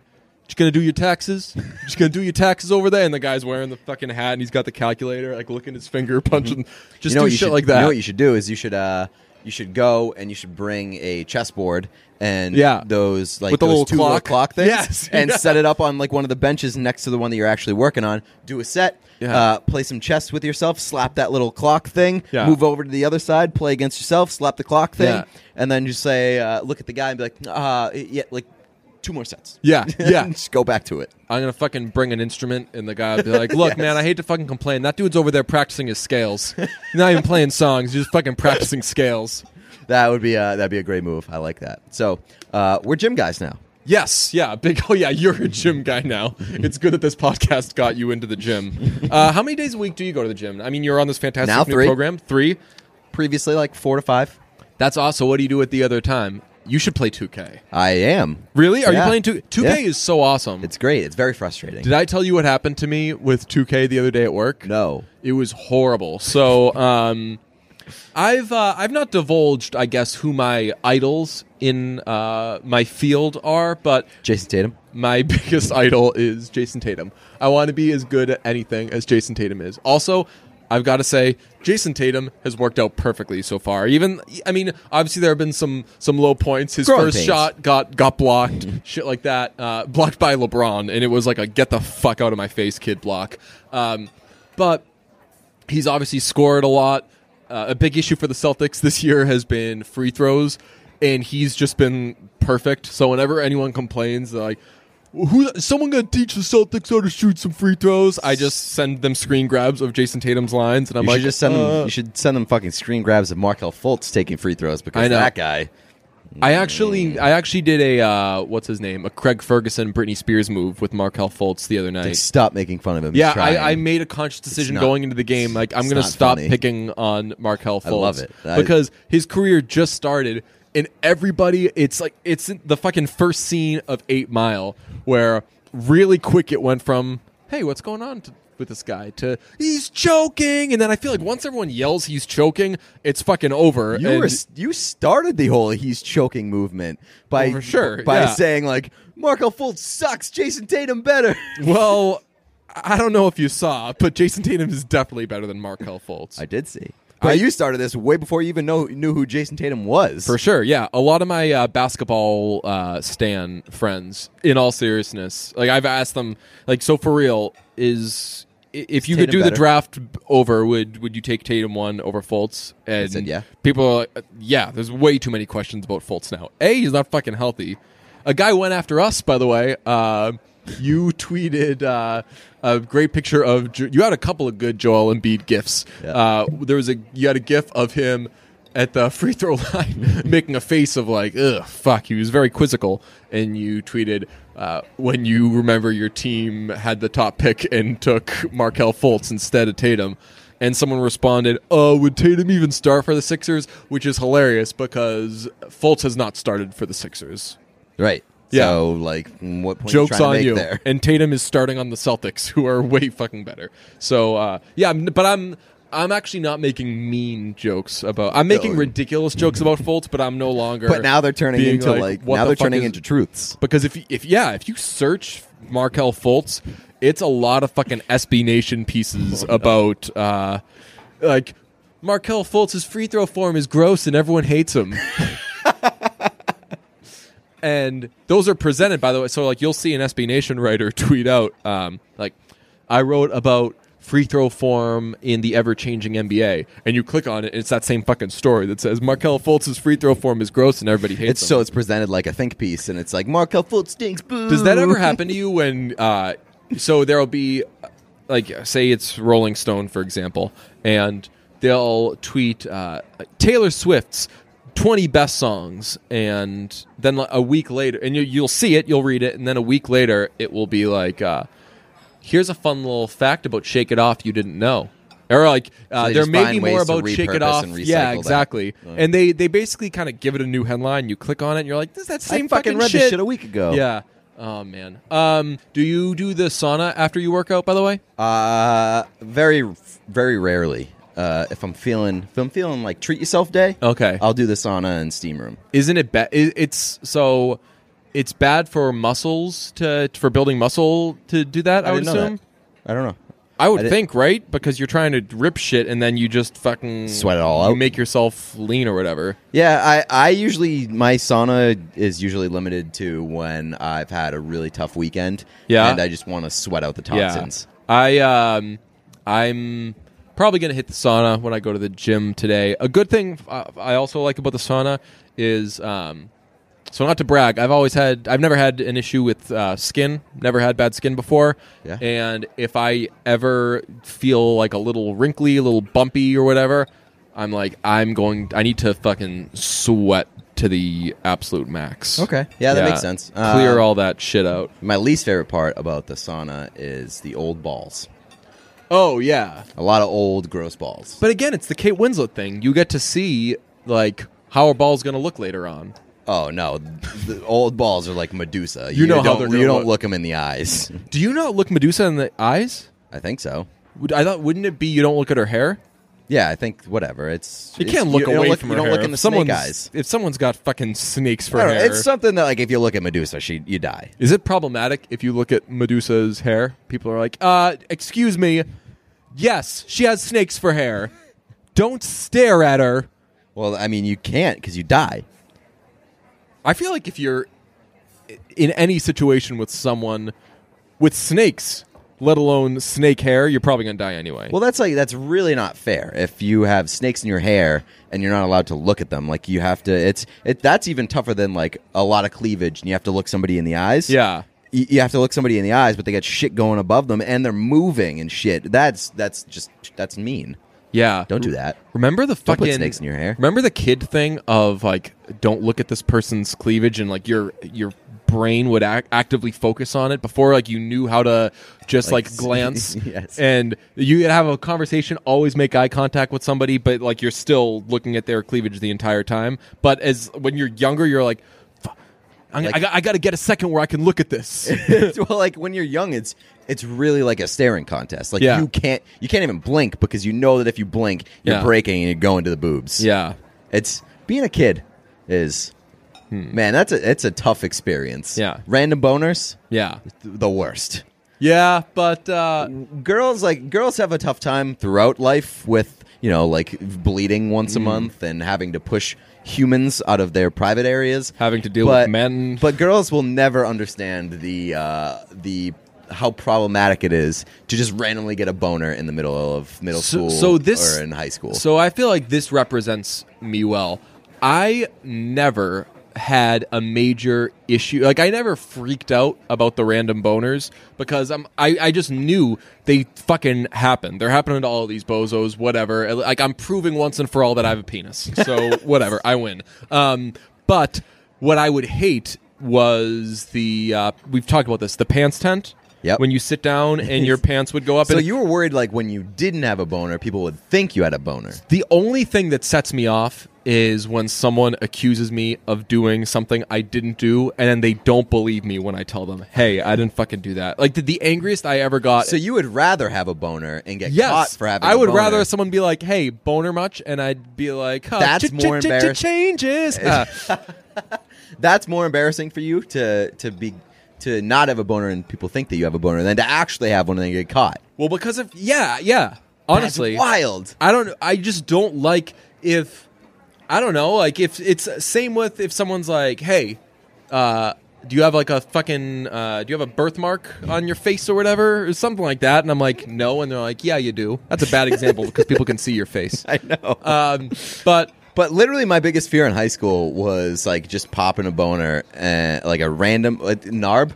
[SPEAKER 1] just gonna do your taxes. [LAUGHS] Just gonna do your taxes over there. And the guy's wearing the fucking hat and he's got the calculator, like looking his finger, [LAUGHS] punching. Just do
[SPEAKER 2] what
[SPEAKER 1] shit
[SPEAKER 2] should,
[SPEAKER 1] like that.
[SPEAKER 2] You know what you should do is you should uh, you should go and you should bring a chessboard and
[SPEAKER 1] Yeah.
[SPEAKER 2] those like
[SPEAKER 1] With the
[SPEAKER 2] those
[SPEAKER 1] little
[SPEAKER 2] two little
[SPEAKER 1] clock.
[SPEAKER 2] clock things
[SPEAKER 1] Yes, [LAUGHS]
[SPEAKER 2] and
[SPEAKER 1] yeah.
[SPEAKER 2] set it up on like one of the benches next to the one that you're actually working on. Do a set,
[SPEAKER 1] Yeah.
[SPEAKER 2] uh, play some chess with yourself, slap that little clock thing,
[SPEAKER 1] Yeah.
[SPEAKER 2] move over to the other side, play against yourself, slap the clock thing,
[SPEAKER 1] Yeah.
[SPEAKER 2] and then just say uh, look at the guy and be like, uh, yeah, like two more sets. [LAUGHS]
[SPEAKER 1] yeah, yeah.
[SPEAKER 2] just go back to it.
[SPEAKER 1] I'm gonna fucking bring an instrument, and the guy
[SPEAKER 2] [LAUGHS]
[SPEAKER 1] will be like, "Look, man, I hate to fucking complain. That dude's over there practicing his scales. He's not even playing songs. He's just fucking practicing scales."
[SPEAKER 2] That would be uh, that'd be a great move. I like that. So uh, we're gym guys now.
[SPEAKER 1] Yes, yeah, [LAUGHS] big. Oh yeah, you're a gym guy now. It's good that this podcast got you into the gym. Uh, how many days a week do you go to the gym? I mean, you're on this fantastic
[SPEAKER 2] Now
[SPEAKER 1] new
[SPEAKER 2] three.
[SPEAKER 1] program. Three.
[SPEAKER 2] Previously, like four to five.
[SPEAKER 1] That's awesome. What do you do at the other time? You should play 2K.
[SPEAKER 2] I am.
[SPEAKER 1] Really? Are
[SPEAKER 2] Yeah.
[SPEAKER 1] you playing 2 2K
[SPEAKER 2] Yeah.
[SPEAKER 1] is so awesome.
[SPEAKER 2] It's great. It's very frustrating.
[SPEAKER 1] Did I tell you what happened to me with 2K the other day at work?
[SPEAKER 2] no.
[SPEAKER 1] It was horrible. So, um I've uh, I've not divulged, I guess, who my idols in uh, my field are, but
[SPEAKER 2] Jason Tatum.
[SPEAKER 1] my [LAUGHS] biggest idol is Jason Tatum. I want to be as good at anything as Jason Tatum is. Also, I've got to say Jason Tatum has worked out perfectly so far. Even I mean, obviously there have been some some low points. His
[SPEAKER 2] Growing
[SPEAKER 1] first
[SPEAKER 2] pains.
[SPEAKER 1] shot got got blocked, [LAUGHS] shit like that, uh, blocked by LeBron, and it was like a get the fuck out of my face, kid block. Um, but he's obviously scored a lot. Uh, a big issue for the Celtics this year has been free throws, and he's just been perfect. So whenever anyone complains, they're like, "Who? Someone gonna teach the Celtics how to shoot some free throws?" I just send them screen grabs of Jason Tatum's lines, and I'm
[SPEAKER 2] You
[SPEAKER 1] like,
[SPEAKER 2] should just send
[SPEAKER 1] "Uh,
[SPEAKER 2] them. You should send them fucking screen grabs of Markel Fultz taking free throws because
[SPEAKER 1] I know.
[SPEAKER 2] that guy. Mm.
[SPEAKER 1] I actually, I actually did a uh, what's his name, a Craig Ferguson, Britney Spears move with Markel Fultz the other
[SPEAKER 2] Like,
[SPEAKER 1] night.
[SPEAKER 2] stop making fun of him. He's
[SPEAKER 1] Yeah,
[SPEAKER 2] trying.
[SPEAKER 1] I, I made a conscious decision
[SPEAKER 2] not-
[SPEAKER 1] going into the game. Like I'm
[SPEAKER 2] it's
[SPEAKER 1] going to
[SPEAKER 2] not
[SPEAKER 1] stop
[SPEAKER 2] funny.
[SPEAKER 1] picking on Markel Fultz.
[SPEAKER 2] I love it. I-
[SPEAKER 1] because his career just started, and everybody, it's like it's in the fucking first scene of Eight Mile, where really quick it went from "Hey, what's going on?" To, with this guy to he's choking and then i feel like once everyone yells he's choking it's fucking over
[SPEAKER 2] You
[SPEAKER 1] and
[SPEAKER 2] were you started the whole he's choking movement by
[SPEAKER 1] Well, for sure,
[SPEAKER 2] by
[SPEAKER 1] yeah.
[SPEAKER 2] saying like Markel Fultz sucks, Jason Tatum
[SPEAKER 1] [LAUGHS]
[SPEAKER 2] better.
[SPEAKER 1] well i don't know if you saw but jason tatum is definitely better than markel fultz
[SPEAKER 2] I did see. But you started this way before you even know knew who Jason Tatum was.
[SPEAKER 1] For sure, yeah. A lot of my uh, basketball uh, stan friends, in all seriousness, like I've asked them, like, so for real, is i- if you could
[SPEAKER 2] Tatum
[SPEAKER 1] do
[SPEAKER 2] better?
[SPEAKER 1] the draft b- over, would would you take Tatum one over Fultz? And
[SPEAKER 2] said yeah.
[SPEAKER 1] people are like, uh, yeah. There's way too many questions about Fultz now. A, he's not fucking healthy. A guy went after us, by the way. Uh, you tweeted uh, a great picture of Jo- you had a couple of good Joel Embiid gifs.
[SPEAKER 2] Yeah.
[SPEAKER 1] Uh, there was a you had a gif of him at the [LAUGHS] free throw line [LAUGHS] making a face of like ugh fuck. He was very quizzical, and you tweeted uh, when you remember your team had the top pick and took Markel Fultz instead of Tatum. And someone responded, "Oh, would Tatum even start for the Sixers?" Which is hilarious because Fultz has not started for the Sixers.
[SPEAKER 2] right.
[SPEAKER 1] Yeah.
[SPEAKER 2] So like, what point are you
[SPEAKER 1] Jokes
[SPEAKER 2] trying
[SPEAKER 1] on
[SPEAKER 2] to make
[SPEAKER 1] you.
[SPEAKER 2] there?
[SPEAKER 1] [LAUGHS] And Tatum is starting on the Celtics, who are way fucking better. So uh, yeah, I'm- but I'm I'm actually not making mean jokes about. I'm making
[SPEAKER 2] No.
[SPEAKER 1] ridiculous jokes about Fultz, but I'm no longer.
[SPEAKER 2] But now they're turning
[SPEAKER 1] being
[SPEAKER 2] into like,
[SPEAKER 1] what
[SPEAKER 2] now
[SPEAKER 1] the
[SPEAKER 2] they're
[SPEAKER 1] fuck
[SPEAKER 2] turning
[SPEAKER 1] is-
[SPEAKER 2] into truths.
[SPEAKER 1] because if you- if yeah, if you search Markel Fultz, it's a lot of fucking SB Nation pieces about uh, like Markel Fultz's free throw form is gross and everyone hates him. and those are presented by the way. So like you'll see an SB Nation writer [LAUGHS] tweet out um, like I wrote about free throw form in the ever changing NBA, and you click on it, and it's that same fucking story that says Markel Fultz's free throw form is gross and everybody hates
[SPEAKER 2] It's
[SPEAKER 1] him.
[SPEAKER 2] so it's presented like a think piece, and it's like Markel Fultz stinks. Boo.
[SPEAKER 1] Does that ever happen to you when uh so there'll be like say it's Rolling Stone for example and they'll tweet uh Taylor Swift's 20 best songs and then like, a week later and you, you'll see it you'll read it and then a week later it will be like uh, here's a fun little fact about shake it off you didn't know or like uh,
[SPEAKER 2] they
[SPEAKER 1] there
[SPEAKER 2] just
[SPEAKER 1] may
[SPEAKER 2] find
[SPEAKER 1] be more
[SPEAKER 2] ways to
[SPEAKER 1] about shake it
[SPEAKER 2] repurpose
[SPEAKER 1] off
[SPEAKER 2] and recycle
[SPEAKER 1] yeah
[SPEAKER 2] that.
[SPEAKER 1] exactly
[SPEAKER 2] Yeah.
[SPEAKER 1] and they they basically kind of give it a new headline you click on it and you're like this is that same
[SPEAKER 2] I fucking read
[SPEAKER 1] shit.
[SPEAKER 2] this shit a week ago.
[SPEAKER 1] yeah oh man um do you do the sauna after you work out by the way
[SPEAKER 2] Uh, very, very rarely. Uh, if I'm feeling, if I'm feeling like treat yourself day,
[SPEAKER 1] okay
[SPEAKER 2] I'll do the sauna and steam room.
[SPEAKER 1] isn't it bad? It's so it's bad for muscles to for building muscle to do that. I, would
[SPEAKER 2] didn't know
[SPEAKER 1] assume.
[SPEAKER 2] that. I don't know.
[SPEAKER 1] I
[SPEAKER 2] I
[SPEAKER 1] would
[SPEAKER 2] didn't-
[SPEAKER 1] think right because you're trying to rip shit and then you just fucking
[SPEAKER 2] Sweat it all
[SPEAKER 1] You
[SPEAKER 2] out.
[SPEAKER 1] make yourself lean or whatever.
[SPEAKER 2] Yeah, I, I usually my sauna is usually limited to when I've had a really tough weekend.
[SPEAKER 1] Yeah.
[SPEAKER 2] and I just want to sweat out the toxins.
[SPEAKER 1] Yeah. I um I'm probably going to hit the sauna when I go to the gym today. A good thing uh, I also like about the sauna is um so not to brag, I've always had I've never had an issue with uh, skin, never had bad skin before.
[SPEAKER 2] Yeah.
[SPEAKER 1] And if I ever feel like a little wrinkly, a little bumpy or whatever, I'm like I'm going I need to fucking sweat to the absolute max.
[SPEAKER 2] Okay. Yeah, that makes sense.
[SPEAKER 1] Clear
[SPEAKER 2] Uh,
[SPEAKER 1] all that shit out.
[SPEAKER 2] My least favorite part about the sauna is the old balls.
[SPEAKER 1] Oh yeah.
[SPEAKER 2] A lot of old gross balls.
[SPEAKER 1] But again, it's the Kate Winslet thing. You get to see like how a ball's going to look later on.
[SPEAKER 2] Oh no, the old balls are like Medusa.
[SPEAKER 1] You know how
[SPEAKER 2] don't,
[SPEAKER 1] they're gonna
[SPEAKER 2] you don't
[SPEAKER 1] look.
[SPEAKER 2] look them in the eyes.
[SPEAKER 1] Do you not look Medusa in the eyes?
[SPEAKER 2] I think so.
[SPEAKER 1] Would- I thought wouldn't it be you don't look at her hair?
[SPEAKER 2] Yeah, I think whatever. It's
[SPEAKER 1] You
[SPEAKER 2] it's-
[SPEAKER 1] can't look
[SPEAKER 2] don't
[SPEAKER 1] away
[SPEAKER 2] look-
[SPEAKER 1] from
[SPEAKER 2] you
[SPEAKER 1] her
[SPEAKER 2] don't
[SPEAKER 1] hair.
[SPEAKER 2] look in the
[SPEAKER 1] if someone's,
[SPEAKER 2] snake eyes.
[SPEAKER 1] If someone's got fucking snakes for
[SPEAKER 2] I don't know,
[SPEAKER 1] hair,
[SPEAKER 2] it's something that like if you look at Medusa, she you die.
[SPEAKER 1] is it problematic if you look at Medusa's hair? People are like, "Uh, excuse me. Yes, she has snakes for hair. Don't stare at her."
[SPEAKER 2] Well, I mean you can't because you die.
[SPEAKER 1] I feel like if you're in any situation with someone with snakes, let alone snake hair, you're probably going to die anyway.
[SPEAKER 2] Well, that's like that's really not fair. If you have snakes in your hair and you're not allowed to look at them, like you have to. It's it that's even tougher than like a lot of cleavage, and you have to look somebody in the eyes.
[SPEAKER 1] yeah.
[SPEAKER 2] you, you have to look somebody in the eyes, but they got shit going above them, and they're moving and shit. That's that's just that's mean.
[SPEAKER 1] Yeah.
[SPEAKER 2] Don't
[SPEAKER 1] [LAUGHS]
[SPEAKER 2] do that.
[SPEAKER 1] Remember the
[SPEAKER 2] Don't
[SPEAKER 1] fucking
[SPEAKER 2] put snakes in your hair.
[SPEAKER 1] Remember the kid thing of like don't look at this person's cleavage and like your your brain would ac- actively focus on it before like you knew how to just
[SPEAKER 2] Like, [LAUGHS]
[SPEAKER 1] like, glance
[SPEAKER 2] yes.
[SPEAKER 1] and you could have a conversation always make eye contact with somebody but like you're still looking at their cleavage the entire time but as when you're younger you're like "Fu- I'm,
[SPEAKER 2] Like-
[SPEAKER 1] I, got, I got to get a second where I can look at
[SPEAKER 2] [LAUGHS]
[SPEAKER 1] this
[SPEAKER 2] well, like when you're young, it's it's really like a staring contest. Like
[SPEAKER 1] Yeah.
[SPEAKER 2] you can't you can't even blink because you know that if you blink, you're
[SPEAKER 1] Yeah.
[SPEAKER 2] breaking and you're going to the boobs.
[SPEAKER 1] yeah
[SPEAKER 2] It's being a kid is man, that's a it's a tough experience.
[SPEAKER 1] Hmm. Yeah.
[SPEAKER 2] Random boners,
[SPEAKER 1] yeah
[SPEAKER 2] th- the worst.
[SPEAKER 1] yeah but uh
[SPEAKER 2] Girls like girls have a tough time throughout life with, you know, like bleeding once
[SPEAKER 1] Mm.
[SPEAKER 2] a month and having to push humans out of their private areas.
[SPEAKER 1] having to deal with men
[SPEAKER 2] But girls will never understand the uh, the how problematic it is to just randomly get a boner in the middle of middle
[SPEAKER 1] So-
[SPEAKER 2] school
[SPEAKER 1] so this-
[SPEAKER 2] or in high school.
[SPEAKER 1] So I feel like this represents me well. I never had a major issue. Like I never freaked out about the random boners because I'm I, I just knew they fucking happen. They're happening to all these bozos, whatever. Like I'm proving once and for all that I have a penis. So
[SPEAKER 2] [LAUGHS]
[SPEAKER 1] whatever, I win. Um, but what I would hate was the uh, we've talked about this the pants tent.
[SPEAKER 2] Yep.
[SPEAKER 1] When you sit down and
[SPEAKER 2] [LAUGHS]
[SPEAKER 1] your pants would go up.
[SPEAKER 2] So
[SPEAKER 1] and
[SPEAKER 2] you were worried like when you didn't have a boner, people would think you had a boner.
[SPEAKER 1] The only thing that sets me off is when someone accuses me of doing something I didn't do, and then they don't believe me when I tell them, "Hey, I didn't fucking do that." Like the, the angriest I ever got.
[SPEAKER 2] So you would rather have a boner and get caught
[SPEAKER 1] yes,
[SPEAKER 2] for having.
[SPEAKER 1] I
[SPEAKER 2] a
[SPEAKER 1] would
[SPEAKER 2] boner.
[SPEAKER 1] rather someone be like, "Hey, boner much," and I'd be like, huh,
[SPEAKER 2] That's
[SPEAKER 1] ch- ch-
[SPEAKER 2] more
[SPEAKER 1] ch- ch-
[SPEAKER 2] embarrassing.
[SPEAKER 1] Changes.
[SPEAKER 2] [LAUGHS]
[SPEAKER 1] Uh,
[SPEAKER 2] That's more embarrassing for you to to be to not have a boner and people think that you have a boner than to actually have one and then get caught.
[SPEAKER 1] well, because of yeah, yeah. Honestly,
[SPEAKER 2] That's wild.
[SPEAKER 1] I don't. I just don't like if I don't know. Like if it's same with if someone's like, "Hey, uh, do you have like a fucking uh, do you have a birthmark on your face or whatever or something like that?" And I'm like, "No," and they're like, "Yeah, you do." That's a bad
[SPEAKER 2] [LAUGHS]
[SPEAKER 1] example because people can see your face.
[SPEAKER 2] I know.
[SPEAKER 1] Um, but
[SPEAKER 2] But literally, my biggest fear in high school was like just popping a boner, uh, like a random uh, narb,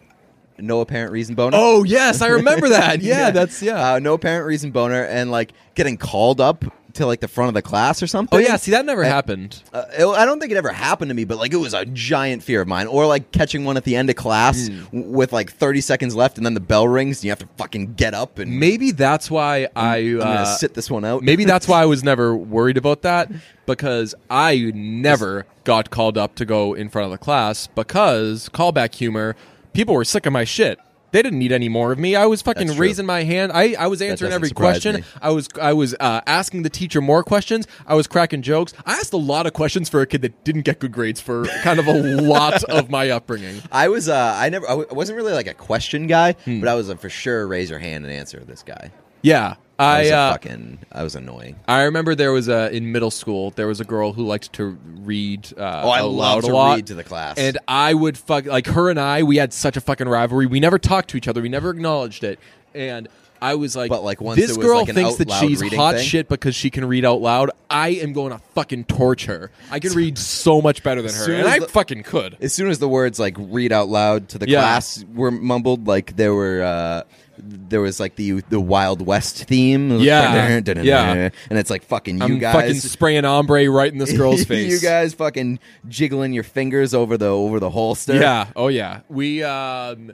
[SPEAKER 2] no apparent reason boner. [LAUGHS]
[SPEAKER 1] oh yes, I remember that. Yeah, that's yeah.
[SPEAKER 2] uh, no apparent reason boner, and like getting called up to like the front of the class or something.
[SPEAKER 1] Oh yeah, see that never
[SPEAKER 2] I-
[SPEAKER 1] happened.
[SPEAKER 2] Uh, it- I don't think it ever happened to me, but like it was a giant fear of mine. Or like catching one at the end of class
[SPEAKER 1] Hmm.
[SPEAKER 2] w- with like 30 seconds left, and then the bell rings, and you have to fucking get up and
[SPEAKER 1] Maybe that's why I
[SPEAKER 2] I'm
[SPEAKER 1] uh,
[SPEAKER 2] gonna sit this one out.
[SPEAKER 1] Maybe that's why I was never worried about that because I never got called up to go in front of the class because callback humor, people were sick of my shit. They didn't need any more of me. I was fucking
[SPEAKER 2] That's true.
[SPEAKER 1] raising my hand. I, I was answering
[SPEAKER 2] doesn't
[SPEAKER 1] every
[SPEAKER 2] surprise
[SPEAKER 1] question.
[SPEAKER 2] me.
[SPEAKER 1] I was I was uh, asking the teacher more questions. I was cracking jokes. I asked a lot of questions for a kid that didn't get good grades for kind of a
[SPEAKER 2] [LAUGHS]
[SPEAKER 1] lot of my upbringing.
[SPEAKER 2] [LAUGHS] I was. Uh, I never. I w- I wasn't really like a question guy,
[SPEAKER 1] Hmm.
[SPEAKER 2] but I was a for sure raise your hand and answer this guy.
[SPEAKER 1] Yeah,
[SPEAKER 2] I
[SPEAKER 1] I
[SPEAKER 2] was a
[SPEAKER 1] uh,
[SPEAKER 2] fucking. I was annoying.
[SPEAKER 1] I remember there was a in middle school there was a girl who liked to read. Uh,
[SPEAKER 2] Oh, I
[SPEAKER 1] out
[SPEAKER 2] love
[SPEAKER 1] loud
[SPEAKER 2] to
[SPEAKER 1] a lot,
[SPEAKER 2] read to the class.
[SPEAKER 1] and I would fuck like her and I. We had such a fucking rivalry. We never talked to each other. We never acknowledged it. And I was like,
[SPEAKER 2] But, like, once
[SPEAKER 1] this
[SPEAKER 2] it was,
[SPEAKER 1] girl
[SPEAKER 2] like, an
[SPEAKER 1] thinks
[SPEAKER 2] out
[SPEAKER 1] that
[SPEAKER 2] loud
[SPEAKER 1] she's
[SPEAKER 2] reading
[SPEAKER 1] hot
[SPEAKER 2] thing."
[SPEAKER 1] shit because she can read out loud. I am going to fucking torch her. I can read so much better than her,
[SPEAKER 2] soon
[SPEAKER 1] and
[SPEAKER 2] as
[SPEAKER 1] I
[SPEAKER 2] the-
[SPEAKER 1] fucking could.
[SPEAKER 2] As soon as the words like read out loud to the
[SPEAKER 1] Yeah.
[SPEAKER 2] class were mumbled, like there were uh, there was like the the Wild West theme. It was
[SPEAKER 1] Yeah. Yeah.
[SPEAKER 2] And it's like fucking you
[SPEAKER 1] I'm fucking
[SPEAKER 2] guys.
[SPEAKER 1] spraying ombre right in
[SPEAKER 2] [LAUGHS]
[SPEAKER 1] this girl's face.
[SPEAKER 2] you guys fucking jiggling your fingers over the over the holster.
[SPEAKER 1] Yeah. Oh yeah. We um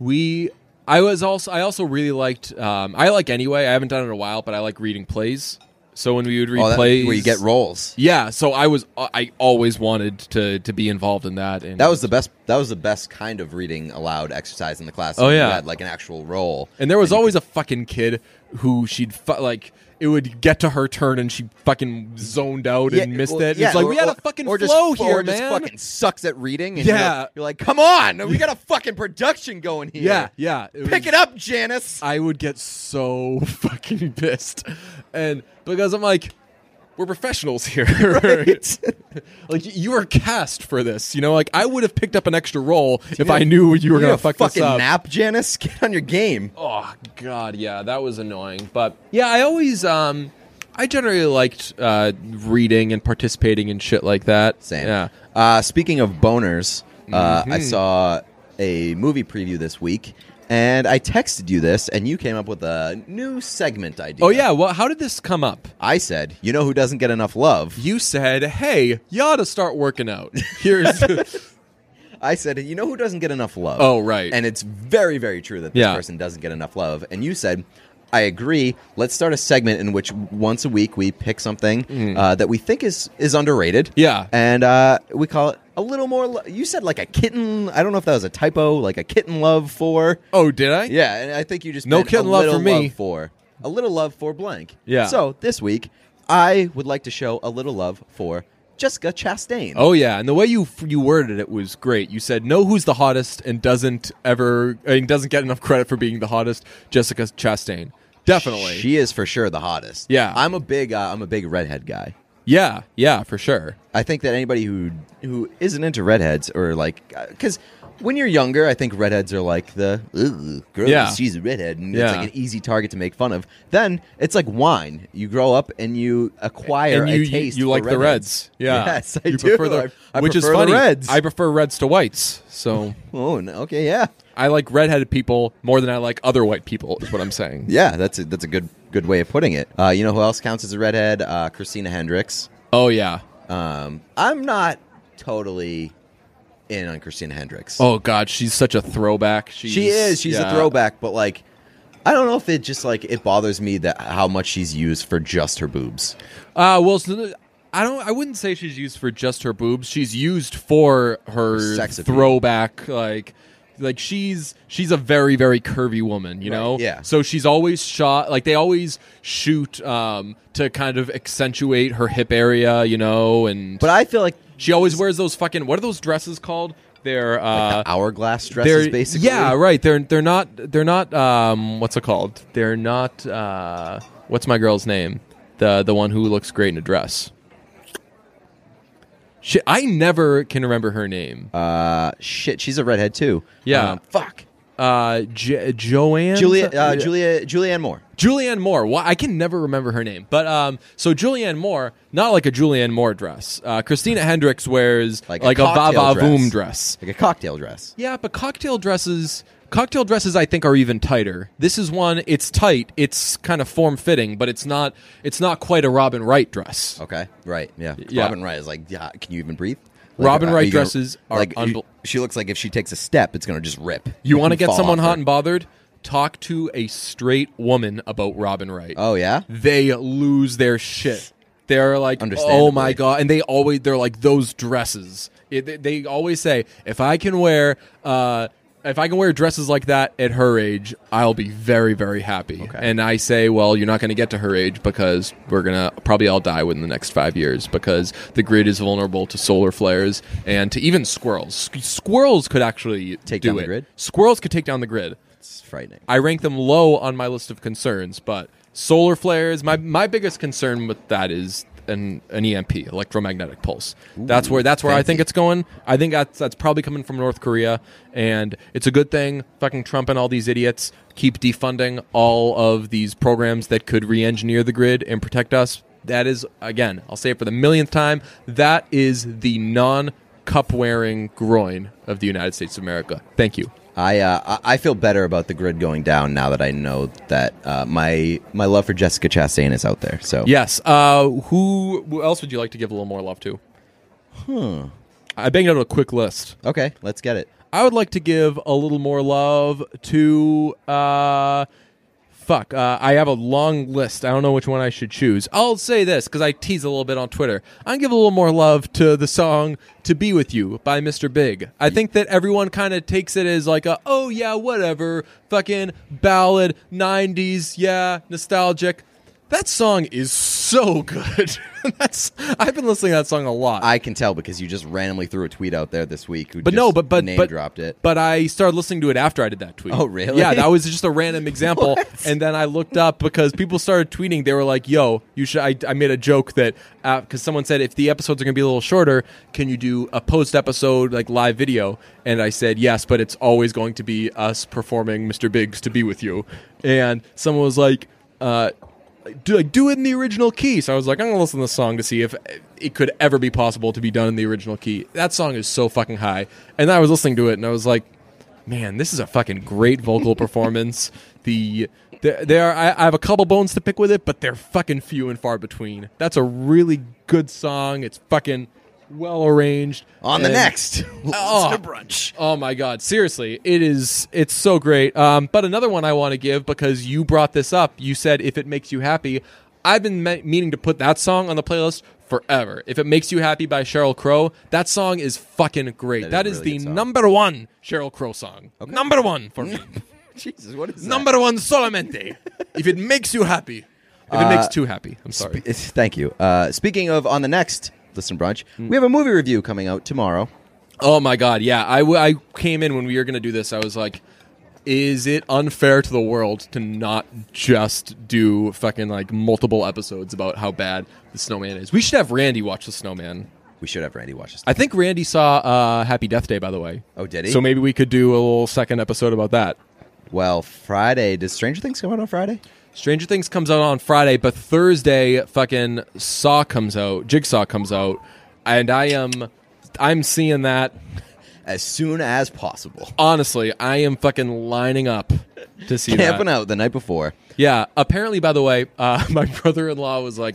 [SPEAKER 1] we I was also I also really liked um I like anyway, I haven't done it in a while, but I like reading plays. So when we would read
[SPEAKER 2] Oh, that, where
[SPEAKER 1] plays
[SPEAKER 2] you get rolls.
[SPEAKER 1] Yeah, so I was uh, I always wanted to to be involved in that and
[SPEAKER 2] That was the best. That was the best kind of reading aloud exercise in the class.
[SPEAKER 1] Oh,
[SPEAKER 2] You
[SPEAKER 1] yeah.
[SPEAKER 2] had like an actual roll.
[SPEAKER 1] And there was always a fucking kid who she'd fu- like. It would get to her turn and she fucking zoned out and missed
[SPEAKER 2] well,
[SPEAKER 1] it.
[SPEAKER 2] yeah,
[SPEAKER 1] it's like
[SPEAKER 2] or-
[SPEAKER 1] we had
[SPEAKER 2] or-
[SPEAKER 1] a fucking
[SPEAKER 2] or just-
[SPEAKER 1] flow
[SPEAKER 2] or
[SPEAKER 1] here,
[SPEAKER 2] just
[SPEAKER 1] man.
[SPEAKER 2] fucking sucks at reading. And
[SPEAKER 1] Yeah.
[SPEAKER 2] you're like, you're like, come on, we got a fucking production going
[SPEAKER 1] [LAUGHS]
[SPEAKER 2] here.
[SPEAKER 1] yeah, yeah. It
[SPEAKER 2] pick
[SPEAKER 1] was-
[SPEAKER 2] it up, Janice.
[SPEAKER 1] I would get so [LAUGHS] fucking pissed. And because I'm like, we're professionals [LAUGHS]
[SPEAKER 2] [LAUGHS]
[SPEAKER 1] here. [LAUGHS] like y- you were cast for this, you know? Like I would have picked up an extra role if I knew you were
[SPEAKER 2] You need
[SPEAKER 1] going
[SPEAKER 2] a
[SPEAKER 1] to fuck this
[SPEAKER 2] fucking
[SPEAKER 1] up.
[SPEAKER 2] nap, Janice. [LAUGHS] Get on your game.
[SPEAKER 1] Oh god, yeah, that was annoying. But yeah, I always um I generally liked uh reading and participating in shit like that.
[SPEAKER 2] Same.
[SPEAKER 1] Yeah. Mm-hmm.
[SPEAKER 2] Uh, speaking of boners, uh, I saw a movie preview this week, and I texted you this, and you came up with a new segment idea.
[SPEAKER 1] Oh yeah, well how did this come up?
[SPEAKER 2] I said, you know who doesn't get enough love?
[SPEAKER 1] You said, "Hey, you ought to start working out."
[SPEAKER 2] [LAUGHS]
[SPEAKER 1] Here's
[SPEAKER 2] I said, you know who doesn't get enough love?
[SPEAKER 1] Oh, right.
[SPEAKER 2] And it's very, very true that this
[SPEAKER 1] Yeah.
[SPEAKER 2] person doesn't get enough love. And you said, I agree. Let's start a segment in which once a week we pick something uh, that we think is is underrated.
[SPEAKER 1] Mm. Yeah.
[SPEAKER 2] and uh, we call it a little more. Lo- you said like a kitten. I don't know if that was a typo, like a kitten love for.
[SPEAKER 1] Oh, did I?
[SPEAKER 2] Yeah, and I think you just
[SPEAKER 1] No
[SPEAKER 2] meant
[SPEAKER 1] kitten
[SPEAKER 2] a
[SPEAKER 1] love
[SPEAKER 2] little
[SPEAKER 1] for me.
[SPEAKER 2] love for a little love for blank.
[SPEAKER 1] Yeah.
[SPEAKER 2] So this week, I would like to show a little love for Jessica Chastain.
[SPEAKER 1] Oh yeah, and the way you you worded it was great. You said, "Know who's the hottest and doesn't ever and doesn't get enough credit for being the hottest." Jessica Chastain, definitely.
[SPEAKER 2] She is for sure the hottest.
[SPEAKER 1] Yeah.
[SPEAKER 2] I'm a big uh, I'm a big redhead guy.
[SPEAKER 1] yeah, yeah, for sure.
[SPEAKER 2] I think that anybody who who isn't into redheads or like cuz when you're younger, I think redheads are like the Ugh, girl,
[SPEAKER 1] Yeah.
[SPEAKER 2] she's a redhead and
[SPEAKER 1] Yeah.
[SPEAKER 2] it's like an easy target to make fun of. Then it's like wine. You grow up and you acquire
[SPEAKER 1] and you
[SPEAKER 2] a taste
[SPEAKER 1] you,
[SPEAKER 2] for
[SPEAKER 1] like the reds,
[SPEAKER 2] redheads.
[SPEAKER 1] yeah.
[SPEAKER 2] [LAUGHS] Yes, I
[SPEAKER 1] you
[SPEAKER 2] do.
[SPEAKER 1] Prefer the,
[SPEAKER 2] I, I
[SPEAKER 1] which
[SPEAKER 2] prefer
[SPEAKER 1] is funny.
[SPEAKER 2] the reds.
[SPEAKER 1] I prefer reds to whites, so [LAUGHS]
[SPEAKER 2] oh, no, okay, yeah.
[SPEAKER 1] I like redheaded people more than I like other white people. Is what I'm saying.
[SPEAKER 2] Yeah, that's a, that's a good good way of putting it. Uh, you know who else counts as a redhead? Uh, Christina Hendricks.
[SPEAKER 1] Oh yeah.
[SPEAKER 2] Um, I'm not totally in on Christina Hendricks.
[SPEAKER 1] Oh god, she's such a throwback. She's,
[SPEAKER 2] she is. She's
[SPEAKER 1] yeah.
[SPEAKER 2] a throwback, but like, I don't know if it just like it bothers me that how much she's used for just her boobs.
[SPEAKER 1] Uh, well, so I don't. I wouldn't say she's used for just her boobs. She's used for her
[SPEAKER 2] Sex appeal.
[SPEAKER 1] throwback, like. Like she's she's a very very curvy woman, you know.
[SPEAKER 2] yeah.
[SPEAKER 1] So she's always shot like they always shoot um, to kind of accentuate her hip area, you know. And
[SPEAKER 2] But I feel like
[SPEAKER 1] she always wears those fucking what are those dresses called? They're uh,
[SPEAKER 2] hourglass dresses,
[SPEAKER 1] they're
[SPEAKER 2] basically.
[SPEAKER 1] yeah right. They're they're not they're not um, what's it called? They're not uh, what's my girl's name? The the one who looks great in a dress. Shit, I never can remember her name.
[SPEAKER 2] Uh, shit, she's a redhead too.
[SPEAKER 1] Yeah.
[SPEAKER 2] Um, fuck.
[SPEAKER 1] Uh, J- Joanne
[SPEAKER 2] Julia, uh, Julia, Julianne Moore.
[SPEAKER 1] Julianne Moore. Why I can never remember her name, but um, so Julianne Moore, not like a Julianne Moore dress. Uh, Christina Hendricks wears
[SPEAKER 2] Like
[SPEAKER 1] like,
[SPEAKER 2] a
[SPEAKER 1] a, va
[SPEAKER 2] cocktail
[SPEAKER 1] va
[SPEAKER 2] dress.
[SPEAKER 1] voom dress.
[SPEAKER 2] Like a cocktail dress.
[SPEAKER 1] Yeah, but cocktail dresses Cocktail dresses, I think, are even tighter. This is one. It's tight. It's kind of form fitting, but it's not. It's not quite a Robin Wright dress.
[SPEAKER 2] Okay. Right. Yeah.
[SPEAKER 1] Yeah.
[SPEAKER 2] Robin Wright is like, yeah, can you even breathe?
[SPEAKER 1] Robin
[SPEAKER 2] are-
[SPEAKER 1] Wright
[SPEAKER 2] you gonna-
[SPEAKER 1] dresses are
[SPEAKER 2] like you-
[SPEAKER 1] unbel-
[SPEAKER 2] she looks like if she takes a step, it's gonna just rip.
[SPEAKER 1] You want to get
[SPEAKER 2] Fall
[SPEAKER 1] someone
[SPEAKER 2] off
[SPEAKER 1] hot
[SPEAKER 2] her.
[SPEAKER 1] and bothered? Talk to a straight woman about Robin Wright.
[SPEAKER 2] Oh yeah.
[SPEAKER 1] they lose their shit. They're like, oh
[SPEAKER 2] Understandably.
[SPEAKER 1] my god, and they always they're like those dresses. It, they, they always say, if I can wear, uh, if I can wear dresses like that at her age, I'll be very very happy. And I say, well, you're not going to get to her age because we're gonna probably all die within the next five years because the grid is vulnerable to solar flares and to even squirrels. Squ- squirrels could actually
[SPEAKER 2] Take
[SPEAKER 1] do
[SPEAKER 2] down the
[SPEAKER 1] it.
[SPEAKER 2] grid?
[SPEAKER 1] Squirrels could take down the grid.
[SPEAKER 2] It's frightening.
[SPEAKER 1] I rank them low on my list of concerns, but solar flares, my my biggest concern with that is an an EMP, electromagnetic pulse. that's where that's where I think
[SPEAKER 2] fancy.
[SPEAKER 1] it's going. I think that's that's probably coming from North Korea and it's a good thing fucking Trump and all these idiots keep defunding all of these programs that could re-engineer the grid and protect us. That is again, I'll say it for the millionth time, that is the non cup wearing groin of the United States of America. Thank you.
[SPEAKER 2] I uh, I I feel better about the grid going down now that I know that uh, my my love for Jessica Chastain is out there. So
[SPEAKER 1] Yes. Uh, who, who else would you like to give a little more love to? I banged out a quick list.
[SPEAKER 2] Okay, let's get it.
[SPEAKER 1] I would like to give a little more love to. Uh, fuck. Uh, I have a long list. I don't know which one I should choose. I'll say this because I tease a little bit on Twitter. I'm gonna give a little more love to the song "To Be With You" by Mr. Big. I think that everyone kind of takes it as like a oh yeah whatever fucking ballad '90s yeah nostalgic. That song is so [LAUGHS] good. That's I've been listening to that song a lot.
[SPEAKER 2] I can tell because you just randomly threw a tweet out there this week. Who
[SPEAKER 1] But
[SPEAKER 2] just
[SPEAKER 1] no, but but
[SPEAKER 2] name
[SPEAKER 1] but
[SPEAKER 2] dropped it.
[SPEAKER 1] But I started listening to it after I did that tweet.
[SPEAKER 2] Oh, really?
[SPEAKER 1] Yeah, that was just a
[SPEAKER 2] [LAUGHS]
[SPEAKER 1] random example. and then I looked up because people started tweeting. They were like, "Yo, you should." I, I made a joke that because someone said if the episodes are going to be a little shorter, can you do a post episode like live video? And I said yes, but it's always going to be us performing Mr. Biggs to be with you. And someone was like. Uh, do like do it in the original key. So I was like, I'm gonna listen to this song to see if it could ever be possible to be done in the original key. That song is so fucking high. And I was listening to it, and I was like, man, this is a fucking great vocal performance. The there, there I, I have a couple bones to pick with it, but they're fucking few and far between. That's a really good song. It's fucking well arranged.
[SPEAKER 2] On the
[SPEAKER 1] And-
[SPEAKER 2] next, [LAUGHS]
[SPEAKER 1] Oh.
[SPEAKER 2] Let's to brunch.
[SPEAKER 1] Oh my god, seriously, it is it's so great. Um, but another one I want to give because you brought this up. You said if it makes you happy, I've been me- meaning to put that song on the playlist forever. If it makes you happy by Cheryl Crow, that song is fucking great.
[SPEAKER 2] That is
[SPEAKER 1] that is,
[SPEAKER 2] a really good
[SPEAKER 1] the
[SPEAKER 2] song.
[SPEAKER 1] number one Cheryl Crow song. Number one for
[SPEAKER 2] [LAUGHS]
[SPEAKER 1] me.
[SPEAKER 2] Jesus, what is that?
[SPEAKER 1] number one solamente. if it makes you happy. If it
[SPEAKER 2] Uh,
[SPEAKER 1] makes too happy. I'm sorry.
[SPEAKER 2] Spe- Thank you. Uh, speaking of on the next listen brunch,
[SPEAKER 1] Hmm.
[SPEAKER 2] we have a movie review coming out tomorrow.
[SPEAKER 1] Oh my god, yeah. I, w- I came in when we were going to do this. I was like, is it unfair to the world to not just do fucking like multiple episodes about how bad the snowman is? We should have Randy watch the snowman.
[SPEAKER 2] We should have Randy watch this.
[SPEAKER 1] I think Randy saw uh, Happy Death Day, by the way.
[SPEAKER 2] Oh, did he?
[SPEAKER 1] So maybe we could do a little second episode about that.
[SPEAKER 2] well, Friday. Does Stranger Things come out on Friday?
[SPEAKER 1] Stranger Things comes out on Friday, but Thursday, fucking Saw comes out, Jigsaw comes out, and I am, I'm seeing that.
[SPEAKER 2] As soon as possible.
[SPEAKER 1] Honestly, I am fucking lining up to
[SPEAKER 2] [LAUGHS]
[SPEAKER 1] see that.
[SPEAKER 2] Camping out the night before.
[SPEAKER 1] Yeah. Apparently, by the way, [LAUGHS] uh, my brother in law was like,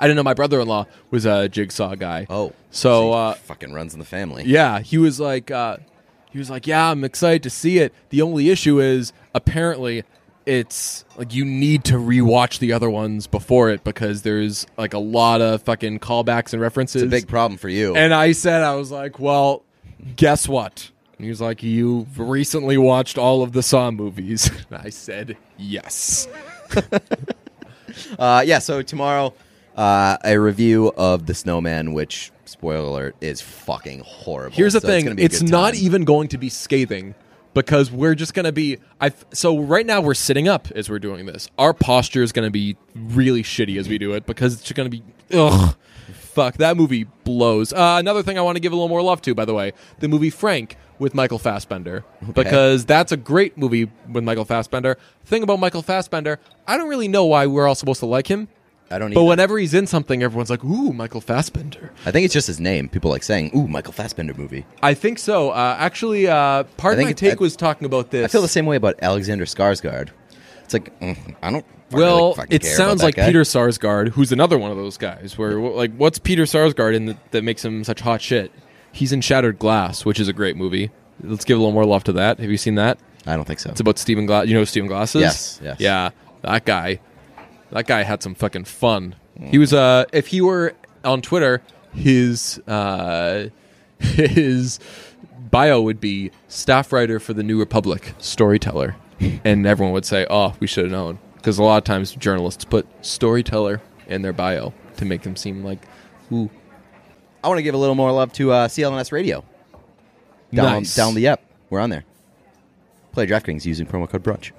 [SPEAKER 1] I didn't know my brother in law was a jigsaw guy.
[SPEAKER 2] Oh,
[SPEAKER 1] So,
[SPEAKER 2] he
[SPEAKER 1] uh,
[SPEAKER 2] fucking runs in the family.
[SPEAKER 1] yeah, he was like, uh, he was like, yeah, I'm excited to see it. The only issue is apparently it's like you need to rewatch the other ones before it because there's like a lot of fucking callbacks and references.
[SPEAKER 2] It's a big problem for you.
[SPEAKER 1] And I said, I was like, well, guess what? And he was like, you recently watched all of the Saw movies. [LAUGHS] And I said, yes.
[SPEAKER 2] Uh, yeah, so tomorrow, uh, a review of The Snowman, which, spoiler alert, is fucking horrible.
[SPEAKER 1] Here's the
[SPEAKER 2] So
[SPEAKER 1] thing:
[SPEAKER 2] gonna
[SPEAKER 1] it's,
[SPEAKER 2] be a good
[SPEAKER 1] not
[SPEAKER 2] time.
[SPEAKER 1] even going to be scathing because we're just going to be. I so right now we're sitting up as we're doing this. Our posture is going to be really shitty as we do it because it's going to be ugh. Fuck that movie blows. Uh, another thing I want to give a little more love to, by the way, the movie Frank with Michael Fassbender because that's a great movie with Michael Fassbender. Thing about Michael Fassbender, I don't really know why we're all supposed to like him.
[SPEAKER 2] I don't.
[SPEAKER 1] But
[SPEAKER 2] either.
[SPEAKER 1] whenever he's in something, everyone's like, "Ooh, Michael Fassbender."
[SPEAKER 2] I think it's just his name. People like saying, "Ooh, Michael Fassbender movie."
[SPEAKER 1] I think so. Uh, actually, uh, part
[SPEAKER 2] I
[SPEAKER 1] of
[SPEAKER 2] think
[SPEAKER 1] my
[SPEAKER 2] it-
[SPEAKER 1] take
[SPEAKER 2] I-
[SPEAKER 1] was talking about this.
[SPEAKER 2] I feel the same way about Alexander Skarsgård. It's like mm, I don't. I really
[SPEAKER 1] Well,
[SPEAKER 2] fucking
[SPEAKER 1] it
[SPEAKER 2] care about
[SPEAKER 1] sounds
[SPEAKER 2] that
[SPEAKER 1] like
[SPEAKER 2] guy.
[SPEAKER 1] Peter Sarsgaard, who's another one of those guys. Where wh- like, what's Peter Sarsgaard in that, that makes him such hot shit? He's in Shattered Glass, which is a great movie. Let's give a little more love to that. Have you seen that?
[SPEAKER 2] I don't think so.
[SPEAKER 1] It's about Stephen Glass. You know who Stephen Glass is?
[SPEAKER 2] Yes, yes.
[SPEAKER 1] Yeah, that guy. That guy had some fucking fun. He was uh, if he were on Twitter, his uh, [LAUGHS] his bio would be staff writer for the New Republic, storyteller, and everyone would say, "Oh, we should have known," because a lot of times journalists put storyteller in their bio to make them seem like, "Ooh,
[SPEAKER 2] I want to give a little more love to uh, CLNS Radio. Down,
[SPEAKER 1] nice."
[SPEAKER 2] down the app. We're on there. Play DraftKings using promo code brunch.